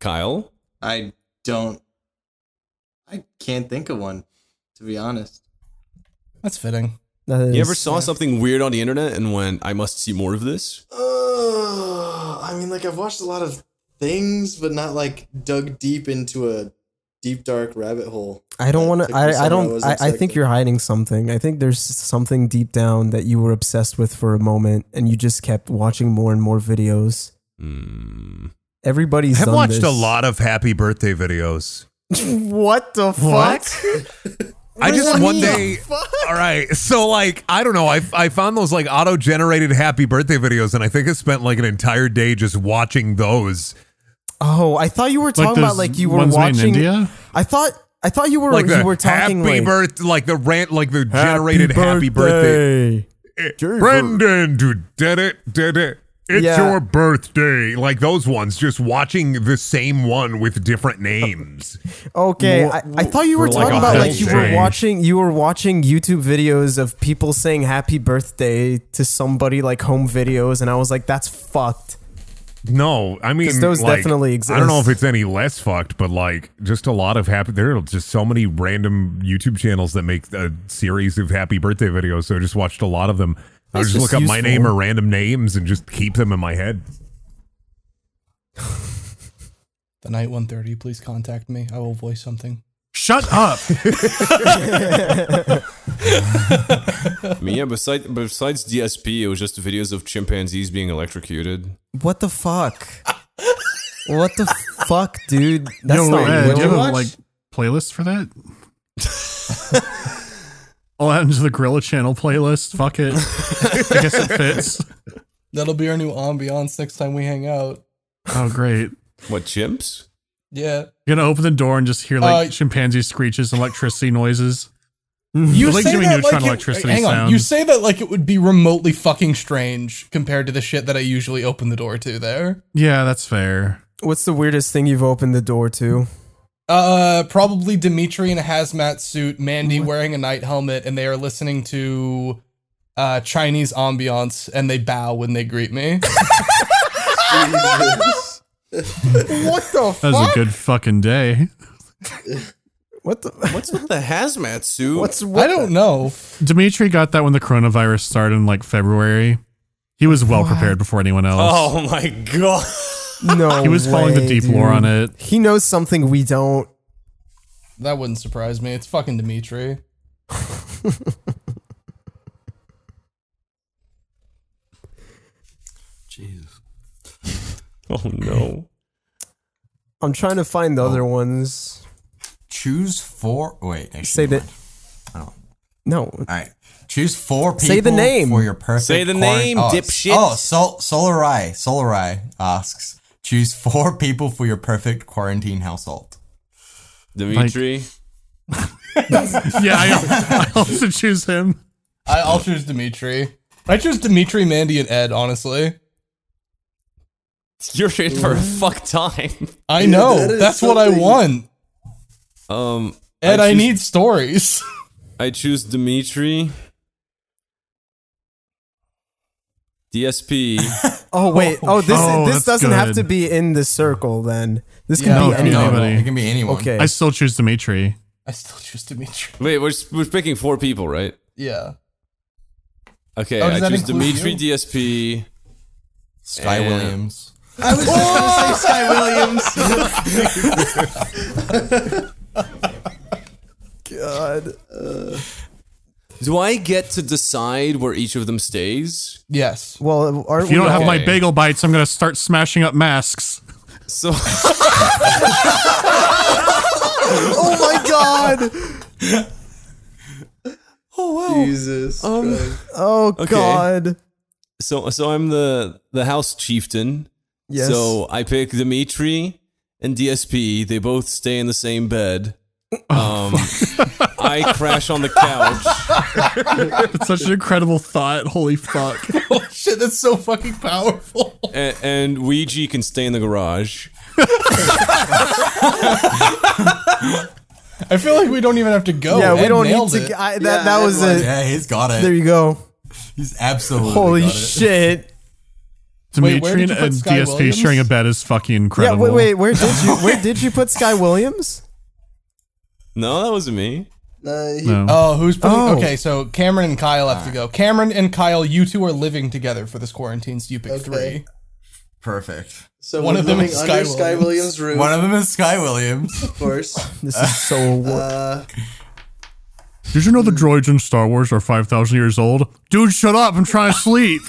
Speaker 7: Kyle.
Speaker 10: I don't. I can't think of one, to be honest.
Speaker 2: That's fitting.
Speaker 5: That is,
Speaker 7: You ever saw something weird on the internet and went, I must see more of this?
Speaker 10: Uh, I mean, like I've watched a lot of things, but not like dug deep into a deep dark rabbit hole.
Speaker 5: I don't
Speaker 10: that
Speaker 5: want
Speaker 10: took
Speaker 5: to.
Speaker 10: me
Speaker 5: I, I
Speaker 10: somewhere
Speaker 5: don't.
Speaker 10: wasn't
Speaker 5: I, I think
Speaker 10: expecting.
Speaker 5: you're hiding something. I think there's something deep down that you were obsessed with for a moment, and you just kept watching more and more videos. Everybody's
Speaker 6: I've
Speaker 5: done
Speaker 6: watched
Speaker 5: this.
Speaker 6: a lot of happy birthday videos.
Speaker 5: What the fuck?
Speaker 6: I just one day. All right, so like I don't know. I, I found those like auto generated happy birthday videos, and I think I spent like an entire day just watching those.
Speaker 5: Oh, I thought you were talking about
Speaker 3: those
Speaker 5: like you were
Speaker 3: ones made in
Speaker 5: watching.
Speaker 3: India?
Speaker 5: I thought I thought you were
Speaker 6: Like the
Speaker 5: you were talking
Speaker 6: happy
Speaker 5: like
Speaker 6: birth, like the rant, like the generated happy birthday. Brendan, dude, did it, did it. It's
Speaker 5: Yeah.
Speaker 6: your birthday. Like those ones, just watching the same one with different names.
Speaker 5: Okay, I, I thought you were
Speaker 6: for, like,
Speaker 5: talking
Speaker 6: a
Speaker 5: about
Speaker 6: whole
Speaker 5: like you were
Speaker 6: day.
Speaker 5: watching you were watching YouTube videos of people saying happy birthday to somebody like home videos, and I was like, that's fucked.
Speaker 6: No, I mean
Speaker 5: 'Cause those
Speaker 6: like,
Speaker 5: definitely
Speaker 6: I don't know if
Speaker 5: exist.
Speaker 6: it's any less fucked, but like just a lot of happy. There are just so many random YouTube channels that make a series of happy birthday videos. So I just watched a lot of them. I would
Speaker 5: That's
Speaker 6: just,
Speaker 5: just
Speaker 6: look up my
Speaker 5: useful.
Speaker 6: name or random names and just keep them in my head.
Speaker 2: The night 1:30. Please contact me. I will voice something.
Speaker 3: Shut up.
Speaker 7: I mean, yeah, besides, besides DSP, it was just videos of chimpanzees being electrocuted.
Speaker 5: What the fuck? what the fuck, dude? That's
Speaker 3: Yo,
Speaker 5: not
Speaker 3: Ed, do you
Speaker 5: real.
Speaker 3: have a like playlist for that? I'll add into the Gorilla Channel playlist. Fuck it. I guess it fits.
Speaker 2: That'll be our new ambiance next time we hang out.
Speaker 3: Oh, great.
Speaker 7: What, chimps?
Speaker 2: Yeah.
Speaker 3: You're gonna open the door and just hear like
Speaker 2: Uh,
Speaker 3: chimpanzee screeches and electricity noises.
Speaker 2: You
Speaker 3: Like Jimmy Neutron electricity
Speaker 2: hang on. You
Speaker 3: sounds.
Speaker 2: say that like it would be remotely fucking strange compared to the shit that I usually open the door to. There,
Speaker 3: Yeah, that's fair.
Speaker 5: What's the weirdest thing you've opened the door to?
Speaker 2: uh, probably Dimitri in a hazmat suit, Mandy wearing a night helmet, and they are listening to uh Chinese ambiance, and they bow when they greet me.
Speaker 5: What the
Speaker 3: That was a good fucking day.
Speaker 5: what the
Speaker 7: What's with the hazmat suit?
Speaker 5: what's what
Speaker 2: I don't know.
Speaker 3: Dimitri got that when the coronavirus started in like February. He was well prepared before anyone else.
Speaker 7: Oh my god.
Speaker 5: no
Speaker 3: he was following the
Speaker 5: way,
Speaker 3: deep
Speaker 5: dude.
Speaker 3: lore on it.
Speaker 5: He knows something we don't.
Speaker 2: That wouldn't surprise me. It's fucking Dimitri.
Speaker 7: Oh no.
Speaker 5: I'm trying to find the other ones.
Speaker 1: choose four. Wait, actually,
Speaker 5: Say
Speaker 1: never
Speaker 5: the-
Speaker 1: mind. I don't.
Speaker 5: No.
Speaker 1: All right. Choose four people.
Speaker 5: Say the name.
Speaker 1: for your perfect.
Speaker 5: Say the
Speaker 1: quaran-
Speaker 5: name,
Speaker 1: oh, s-
Speaker 5: dipshit.
Speaker 1: Oh, Sol- Solarai. Solarai asks. Choose four people for your perfect quarantine household.
Speaker 7: Dimitri.
Speaker 3: yeah, I, I also choose him.
Speaker 2: I, I'll choose Dimitri. I choose Dimitri, Mandy, and Ed. Honestly,
Speaker 7: You're in for a fuck time.
Speaker 2: I know that's what I want.
Speaker 7: Um,
Speaker 2: Ed, I,
Speaker 7: choose-
Speaker 2: need stories.
Speaker 7: I choose Dimitri. DSP.
Speaker 5: Oh wait. Oh, this
Speaker 3: Oh,
Speaker 5: this
Speaker 3: that's
Speaker 5: doesn't have
Speaker 3: good.
Speaker 5: to be in the circle then. This can
Speaker 2: Yeah,
Speaker 5: be
Speaker 2: no,
Speaker 5: anyone.
Speaker 3: anybody. It can
Speaker 1: be anyone.
Speaker 5: Okay.
Speaker 3: I still choose Dimitri.
Speaker 2: I still choose Dimitri.
Speaker 7: Wait, we're s- we're picking four people, right?
Speaker 2: Yeah.
Speaker 7: Okay,
Speaker 2: Oh, does
Speaker 7: I
Speaker 2: that
Speaker 7: choose
Speaker 2: include
Speaker 7: Dimitri,
Speaker 2: you?
Speaker 7: DSP,
Speaker 1: Sky
Speaker 7: and-
Speaker 1: Williams.
Speaker 10: I was just gonna say Sky Williams.
Speaker 5: God.
Speaker 7: Do I get to decide where each of them stays?
Speaker 2: Yes.
Speaker 5: Well, are
Speaker 3: If you don't have my
Speaker 7: Okay.
Speaker 3: bagel bites, I'm gonna start smashing up masks.
Speaker 7: So
Speaker 5: Oh my god.
Speaker 7: Oh,
Speaker 10: Jesus. Christ.
Speaker 5: Oh
Speaker 7: Okay.
Speaker 5: god.
Speaker 7: Um, so so I'm the the house chieftain.
Speaker 5: Yes.
Speaker 7: So I pick Dimitri and DSP. They both stay in the same bed. Um, I crash on the couch.
Speaker 3: It's such an incredible thought. Holy fuck.
Speaker 2: oh shit, that's so fucking powerful.
Speaker 7: and, and Ouija can stay in the garage.
Speaker 2: I feel like we don't even have to go.
Speaker 5: yeah, we
Speaker 2: oh, Ed
Speaker 5: don't
Speaker 2: nailed
Speaker 5: need to.
Speaker 2: it.
Speaker 5: g- I,
Speaker 10: Yeah,
Speaker 5: that that
Speaker 10: Ed
Speaker 5: was
Speaker 10: won.
Speaker 5: it.
Speaker 1: Yeah, he's got it.
Speaker 5: There you go.
Speaker 1: he's absolutely.
Speaker 5: Holy
Speaker 1: got it.
Speaker 5: shit.
Speaker 2: Wait, where
Speaker 3: Dimitri
Speaker 2: did
Speaker 3: and
Speaker 2: you put
Speaker 3: and
Speaker 2: Sky
Speaker 3: DSP
Speaker 2: Williams?
Speaker 3: sharing a bed is fucking
Speaker 5: Yeah.
Speaker 3: incredible.
Speaker 5: Wait. Wait. Where did you where did you put Sky Williams?
Speaker 7: No, that wasn't me.
Speaker 10: No, he-
Speaker 3: No.
Speaker 2: Oh, who's putting?
Speaker 5: Oh.
Speaker 2: Okay, so Cameron and Kyle have to go. Cameron and Kyle, you two are living together for this quarantine, so you pick
Speaker 10: Okay.
Speaker 2: three.
Speaker 1: Perfect.
Speaker 10: So
Speaker 2: One
Speaker 10: we're
Speaker 2: of them
Speaker 10: living
Speaker 2: is
Speaker 10: under
Speaker 2: Sky
Speaker 10: Sky
Speaker 2: Williams.
Speaker 10: Williams' roof,
Speaker 1: One of them is Sky Williams.
Speaker 10: of course.
Speaker 5: This is so. wor-
Speaker 10: Uh,
Speaker 3: Did you know the droids in Star Wars are 5,000 years old? Dude, shut up. I'm trying to sleep.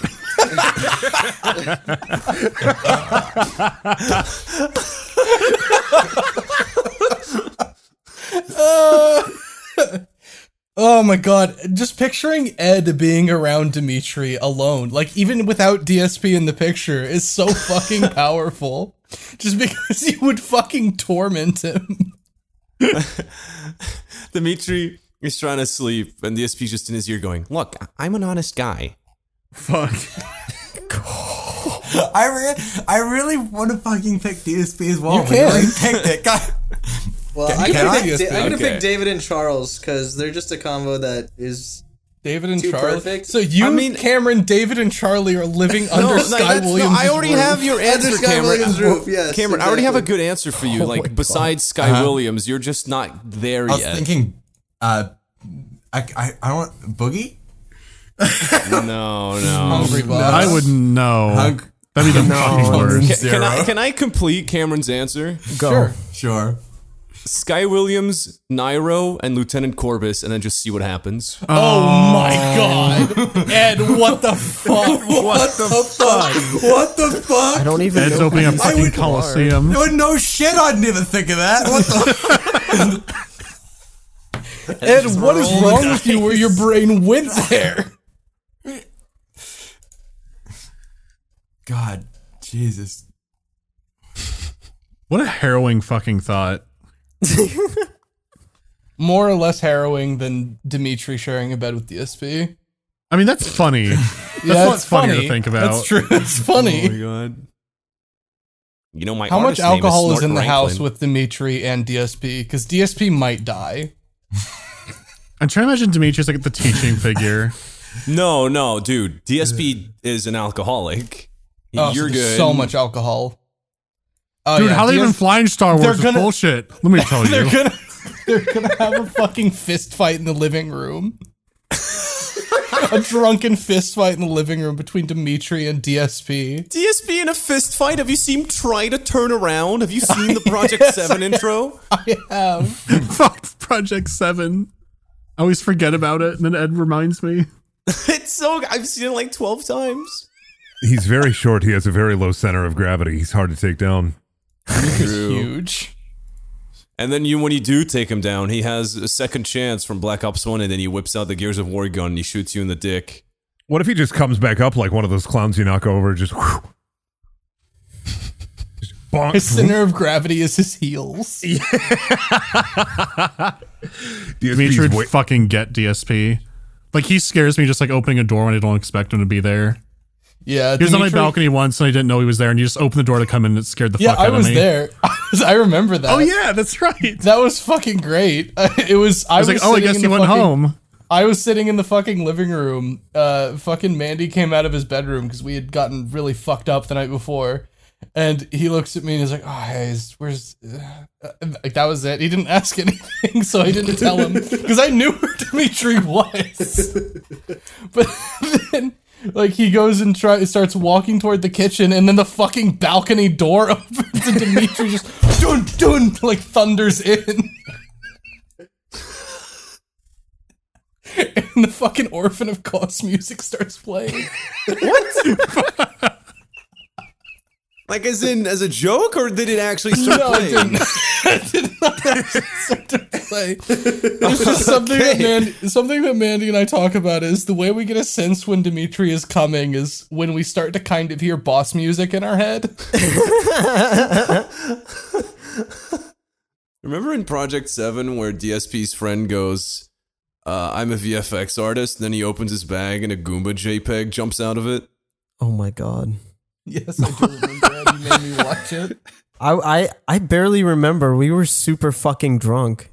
Speaker 2: Oh my god, just picturing Ed being around Dimitri alone, like even without DSP in the picture, is so fucking powerful. Just because you would fucking torment him.
Speaker 7: Dimitri is trying to sleep, and DSP's just in his ear going, Look, I- I'm an honest guy.
Speaker 3: Fuck.
Speaker 1: I re- I really want to fucking pick DSP as well.
Speaker 2: You
Speaker 1: We
Speaker 2: can.
Speaker 1: really picked it. God.
Speaker 10: well,
Speaker 1: Can-
Speaker 10: I'm
Speaker 1: can
Speaker 10: gonna,
Speaker 1: I?
Speaker 10: pick, Da- I'm gonna
Speaker 7: Okay.
Speaker 10: pick David and Charles because they're just a combo that is.
Speaker 2: David and
Speaker 10: Too
Speaker 2: Charlie.
Speaker 10: perfect.
Speaker 2: So you,
Speaker 7: I mean-
Speaker 2: Cameron, David, and Charlie are living under
Speaker 7: that's-
Speaker 2: Sky Williams.
Speaker 7: I already have your
Speaker 10: Under
Speaker 7: answer,
Speaker 10: Sky
Speaker 7: Cameron.
Speaker 10: Williams' roof, yes.
Speaker 7: Cameron, I already have a
Speaker 10: exactly.
Speaker 7: good answer for you. like, besides Sky Williams, you're just not there
Speaker 1: I was
Speaker 7: yet.
Speaker 1: thinking, uh, I, I, I want Boogie.
Speaker 7: no, no.
Speaker 2: hungry boss.
Speaker 3: I would know.
Speaker 1: Hunk-
Speaker 3: That'd be the fucking worst.
Speaker 7: Ca- Can I, can I complete Cameron's answer?
Speaker 5: Go.
Speaker 1: Sure.
Speaker 7: Sky Williams, Nairo, and Lieutenant Corbis, and then just see what happens.
Speaker 2: Oh my god. Ed, what the fuck? What the fuck?
Speaker 1: What the
Speaker 5: I
Speaker 1: fuck?
Speaker 5: don't even.
Speaker 3: Ed's
Speaker 5: know
Speaker 3: opening a
Speaker 5: who
Speaker 3: fucking
Speaker 5: you are.
Speaker 3: coliseum.
Speaker 1: No, no shit. I'd never think of that. What the?
Speaker 2: Ed, what is wrong with you where your brain went there?
Speaker 1: God, Jesus.
Speaker 3: What a harrowing fucking thought.
Speaker 2: More or less harrowing than Dimitri sharing a bed with DSP.
Speaker 3: I mean, that's funny.
Speaker 2: Yeah,
Speaker 3: That's
Speaker 2: it's
Speaker 3: what's funny to think about.
Speaker 2: That's true. It's
Speaker 7: Oh my
Speaker 2: funny.
Speaker 7: god. You know my
Speaker 2: How much
Speaker 7: artist name
Speaker 2: alcohol is
Speaker 7: Snort
Speaker 2: in the house
Speaker 7: Ranklin.
Speaker 2: with Dimitri and DSP? Because DSP might die.
Speaker 3: I'm trying to imagine Dimitri's like the teaching figure.
Speaker 7: No, no, dude. DSP is an alcoholic.
Speaker 2: Oh, so
Speaker 7: You're
Speaker 2: there's
Speaker 7: good.
Speaker 2: so much alcohol. Oh,
Speaker 3: Dude,
Speaker 2: yeah,
Speaker 3: how they even
Speaker 2: DSP
Speaker 3: fly in Star
Speaker 2: They're
Speaker 3: Wars is
Speaker 2: gonna-
Speaker 3: bullshit. Let me tell
Speaker 2: They're
Speaker 3: you.
Speaker 2: gonna they're gonna have a fucking fist fight in the living room. a drunken fist fight in the living room between Dimitri and DSP.
Speaker 7: DSP in a fist fight? Have you seen Try to Turn Around? Have you seen the Project 7 intro?
Speaker 2: I have.
Speaker 3: Fuck Project 7. I always forget about it, and then Ed reminds me.
Speaker 7: It's so. I've seen it like 12 times.
Speaker 6: He's very short. He has a very low center of gravity. He's hard to take down.
Speaker 2: Huge.
Speaker 7: And then you, when you do take him down, he has a second chance from Black Ops One, and then he whips out the Gears of War gun and he shoots you in the dick.
Speaker 6: What if he just comes back up like one of those clowns you knock over? Just, whew, just bonk.
Speaker 2: His center of gravity is his heels.
Speaker 3: Dimitri would fucking get DSP. Like he scares me just like opening a door when I don't expect him to be there.
Speaker 2: Yeah,
Speaker 3: he was on my
Speaker 2: Dimitri-
Speaker 3: balcony once and I didn't know he was there, and you just opened the door to come in and it scared the
Speaker 2: Yeah,
Speaker 3: fuck out
Speaker 2: I
Speaker 3: of me.
Speaker 2: was there. I, was- I remember that.
Speaker 3: Oh, yeah, that's right.
Speaker 2: That was fucking great. It was. I
Speaker 3: was
Speaker 2: was,
Speaker 3: like, oh, I
Speaker 2: sitting
Speaker 3: guess
Speaker 2: in
Speaker 3: he
Speaker 2: the
Speaker 3: went
Speaker 2: fucking-
Speaker 3: home.
Speaker 2: I was sitting in the fucking living room. Uh, fucking Mandy came out of his bedroom because we had gotten really fucked up the night before, and he looks at me and he's like, "Oh, hey, is- where's?" Uh, like that was it. He didn't ask anything, so I didn't tell him because I knew where Dimitri was. but then, like, he goes and try starts walking toward the kitchen, and then the fucking balcony door opens, and Dimitri just dun dun like thunders in. and the fucking orphan of cause music starts playing.
Speaker 4: Like as in as a joke, or did it actually start
Speaker 2: No, it
Speaker 4: playing?
Speaker 2: didn't. play. It's just something that Mandy, something that Mandy and I talk about is the way we get a sense when Dimitri is coming is when we start to kind of hear boss music in our head.
Speaker 7: Remember in Project Seven where DSP's friend goes, uh, "I'm a VFX artist," and then he opens his bag and a Goomba JPEG jumps out of it.
Speaker 5: Oh my god.
Speaker 2: yes, I do remember that. You made me watch it.
Speaker 5: I, I I barely remember. We were super fucking drunk.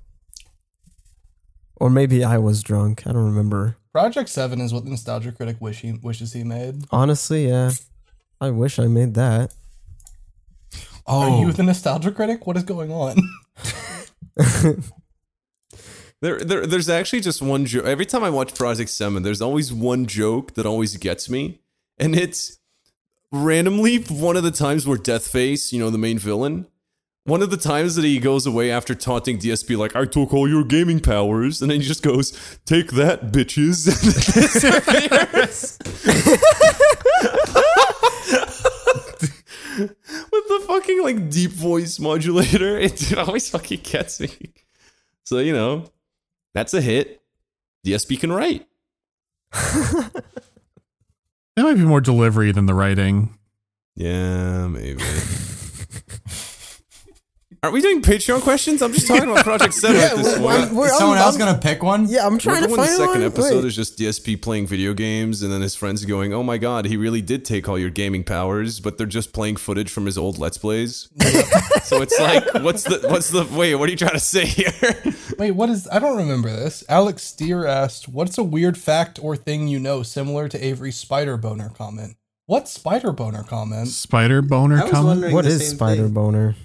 Speaker 5: Or maybe I was drunk. I don't remember.
Speaker 2: Project Seven is what the nostalgia critic wish he, wishes he made.
Speaker 5: Honestly, yeah. I wish I made that.
Speaker 2: Are you the nostalgia critic? What is going on?
Speaker 7: There, there, there's actually just one joke. Every time I watch Project Seven, there's always one joke that always gets me, and it's randomly one of the times where Deathface, you know, the main villain, one of the times that he goes away after taunting DSP, like "I took all your gaming powers," and then he just goes, "Take that, bitches." With the fucking like deep voice modulator, it always fucking gets me. So, you know, that's a hit. DSP can write.
Speaker 3: That might be more delivery than the writing.
Speaker 7: Yeah, maybe. Aren't we doing Patreon questions? I'm just talking about Project 7 at this point.
Speaker 1: Is someone else gonna pick one?
Speaker 5: Yeah, I'm
Speaker 7: We're
Speaker 5: trying to
Speaker 7: doing the
Speaker 5: find one.
Speaker 7: second episode
Speaker 5: Wait.
Speaker 7: is just DSP playing video games, and then his friends going, "Oh my god, he really did take all your gaming powers," but they're just playing footage from his old Let's Plays. so it's like, what's the what's the wait? What are you trying to say here?
Speaker 2: Wait, what is? I don't remember this. Alex Steer asked, "What's a weird fact or thing you know similar to Avery's spider boner comment?" What spider boner comment?
Speaker 3: Spider boner
Speaker 10: I was
Speaker 3: comment?
Speaker 10: wondering
Speaker 5: What
Speaker 10: the
Speaker 5: is
Speaker 10: same
Speaker 5: spider
Speaker 10: thing.
Speaker 5: boner?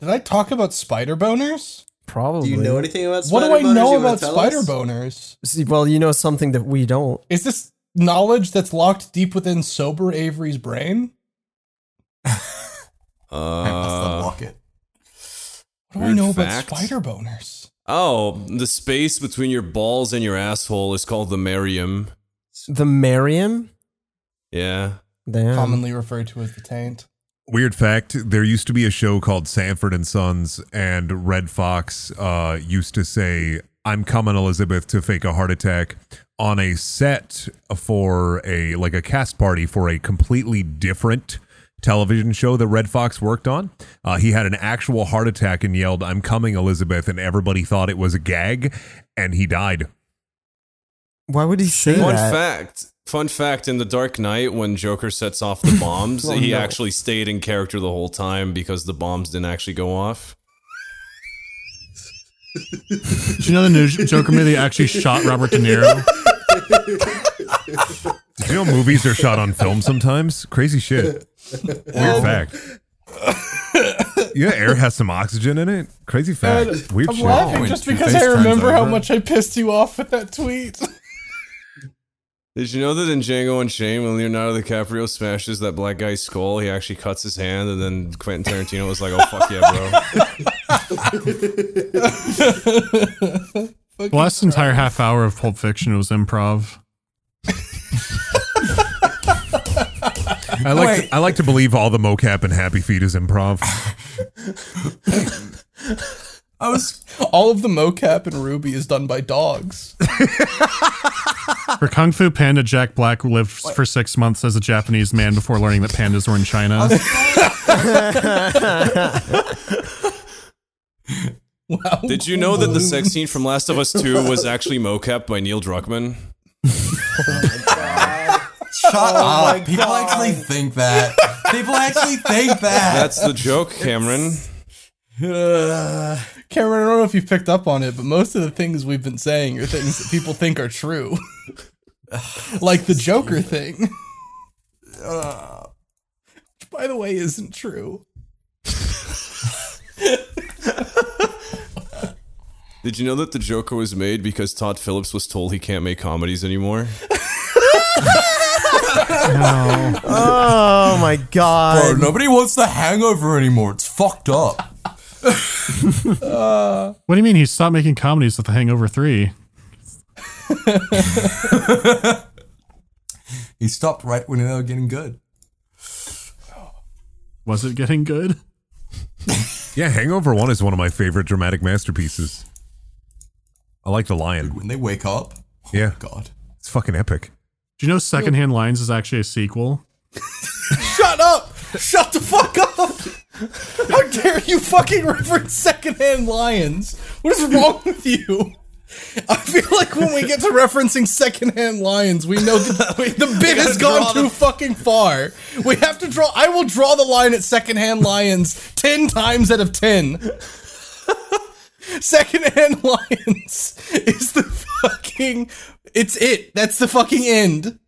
Speaker 2: Did I talk about spider boners?
Speaker 5: Probably.
Speaker 10: Do you know anything about
Speaker 2: What
Speaker 10: spider
Speaker 2: do I
Speaker 10: boners?
Speaker 2: know
Speaker 10: You wanna
Speaker 2: about
Speaker 10: tell
Speaker 2: spider
Speaker 10: us?
Speaker 2: boners?
Speaker 5: See, well, you know something that we don't.
Speaker 2: Is this knowledge that's locked deep within sober Avery's brain?
Speaker 7: Uh,
Speaker 1: Lock it.
Speaker 2: What do I
Speaker 7: Weird
Speaker 2: know
Speaker 7: fact?
Speaker 2: about spider boners?
Speaker 7: oh, the space between your balls and your asshole is called the Marium.
Speaker 5: The Mariam?
Speaker 7: Yeah.
Speaker 5: Damn.
Speaker 2: Commonly referred to as the taint.
Speaker 6: Weird fact: There used to be a show called Sanford and Sons, and Red Fox uh, used to say, "I'm coming, Elizabeth," to fake a heart attack on a set for a like a cast party for a completely different television show that Red Fox worked on. Uh, he had an actual heart attack and yelled, "I'm coming, Elizabeth," and everybody thought it was a gag, and he died.
Speaker 5: Why would he say
Speaker 7: Fun
Speaker 5: that?
Speaker 7: fact. Fun fact in The Dark Knight, when Joker sets off the bombs,
Speaker 5: Oh,
Speaker 7: he
Speaker 5: no.
Speaker 7: actually stayed in character the whole time because the bombs didn't actually go off.
Speaker 3: Did you know the new Joker movie actually shot Robert De Niro?
Speaker 6: Did you know movies are shot on film sometimes? Crazy shit.
Speaker 2: Um,
Speaker 6: Weird fact. Yeah, air has some oxygen in it. Crazy fact. Weird
Speaker 2: Uh, I'm
Speaker 6: shit.
Speaker 2: laughing
Speaker 1: When
Speaker 2: just
Speaker 1: your
Speaker 2: because
Speaker 1: face
Speaker 2: I
Speaker 1: turns
Speaker 2: remember how
Speaker 1: over.
Speaker 2: much I pissed you off with that tweet.
Speaker 7: Did you know that in Django Unchained, when Leonardo DiCaprio smashes that black guy's skull, he actually cuts his hand, and then Quentin Tarantino was like, "Oh fuck yeah, bro!"
Speaker 3: The last entire half hour of Pulp Fiction was improv.
Speaker 6: I like I like to believe all the mocap and happy feet is improv.
Speaker 1: I was
Speaker 2: all of the mocap in Ruby is done by dogs.
Speaker 3: For Kung Fu Panda, Jack Black lived for six months as a Japanese man before learning that pandas were in China.
Speaker 7: Did you know that the sex scene from Last of Us 2 was actually mocap by Neil Druckmann?
Speaker 1: Shut up. People actually think that. People actually think that.
Speaker 7: That's the joke, Cameron.
Speaker 2: Cameron, I don't know if you picked up on it, but most of the things we've been saying are things that people think are true. like the Joker thing. Which, by the way, isn't true.
Speaker 7: Did you know that the Joker was made because Todd Phillips was told he can't make comedies anymore?
Speaker 5: Oh my
Speaker 1: Bro,
Speaker 5: god.
Speaker 1: nobody wants the hangover anymore. It's fucked up.
Speaker 3: What do you mean he stopped making comedies with The Hangover 3?
Speaker 1: He stopped right when they were getting good.
Speaker 3: Was it getting good?
Speaker 6: Yeah, Hangover One is one of my favorite dramatic masterpieces. I like the lion.
Speaker 1: When they wake up.
Speaker 6: Yeah,
Speaker 1: God.
Speaker 6: it's fucking epic.
Speaker 3: Do you know Secondhand Lines is actually a sequel?
Speaker 2: Shut up! Shut the fuck up! How dare you fucking reference secondhand lions? What is wrong with you? I feel like when we get to referencing secondhand lions, we know the, the bit has gone too fucking far. We have to draw. I will draw the line at secondhand lions ten times out of ten. Secondhand lions is the fucking. It's it. That's the fucking end.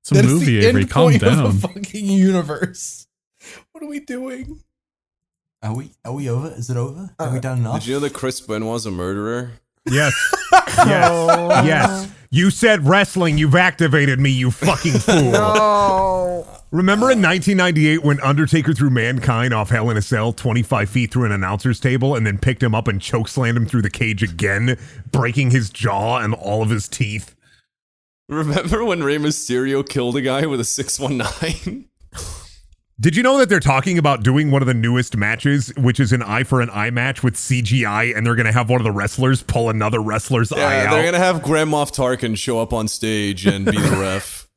Speaker 3: It's a movie, Avery. Calm down.
Speaker 2: Of the fucking universe. What are we doing?
Speaker 1: Are we are we over? Is it over? Have we done enough?
Speaker 7: Did you know that Chris Benoit's a murderer?
Speaker 6: Yes. yes. Yes. You said wrestling. You've activated me, you fucking fool.
Speaker 5: Oh.
Speaker 6: Remember in 1998 when Undertaker threw Mankind off Hell in a Cell 25 feet through an announcer's table and then picked him up and chokeslammed him through the cage again, breaking his jaw and all of his teeth?
Speaker 7: Remember when Rey Mysterio killed a guy with a 619?
Speaker 6: Did you know that they're talking about doing one of the newest matches, which is an eye for an eye match with CGI, and they're going to have one of the wrestlers pull another wrestler's eye
Speaker 7: Yeah,
Speaker 6: out?
Speaker 7: Uh, they're gonna have Grand Moff Tarkin show up on stage and be the ref.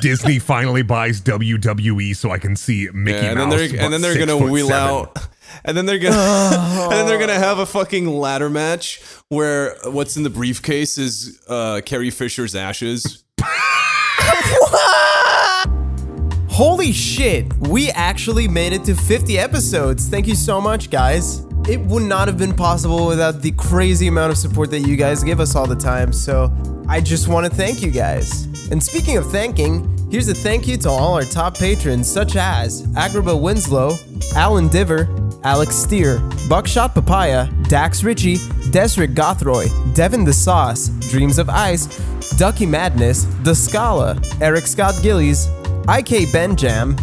Speaker 6: Disney finally buys WWE so I can see Mickey
Speaker 7: Yeah, and then
Speaker 6: Mouse.
Speaker 7: they're
Speaker 6: but
Speaker 7: and then they're
Speaker 6: six
Speaker 7: gonna
Speaker 6: foot
Speaker 7: wheel
Speaker 6: seven.
Speaker 7: out, and then they're gonna and then they're gonna have a fucking ladder match where what's in the briefcase is uh, Carrie Fisher's ashes.
Speaker 5: Holy shit. We actually made it to 50 episodes. Thank you so much, guys. It would not have been possible without the crazy amount of support that you guys give us all the time. So I just want to thank you guys. And speaking of thanking, here's a thank you to all our top patrons, such as Agrabah Winslow, Alan Diver, Alex Steer, Buckshot Papaya, Dax Ritchie, Desrick Gothroy, Devin the Sauce, Dreams of Ice, Ducky Madness, The Scala, Eric Scott Gillies, IK Benjam,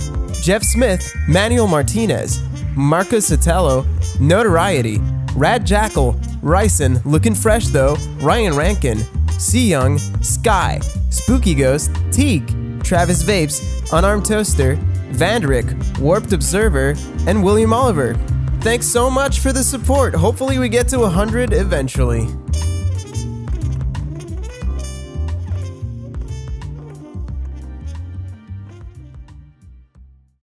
Speaker 5: Jeff Smith, Manuel Martinez, Marcus Sotelo, Notoriety, Rad Jackal, Ryson, Looking Fresh Though, Ryan Rankin, C Young, Sky, Spooky Ghost, Teague, Travis Vapes, Unarmed Toaster, Vandrick, Warped Observer, and William Oliver. Thanks so much for the support. Hopefully, we get to 100 eventually.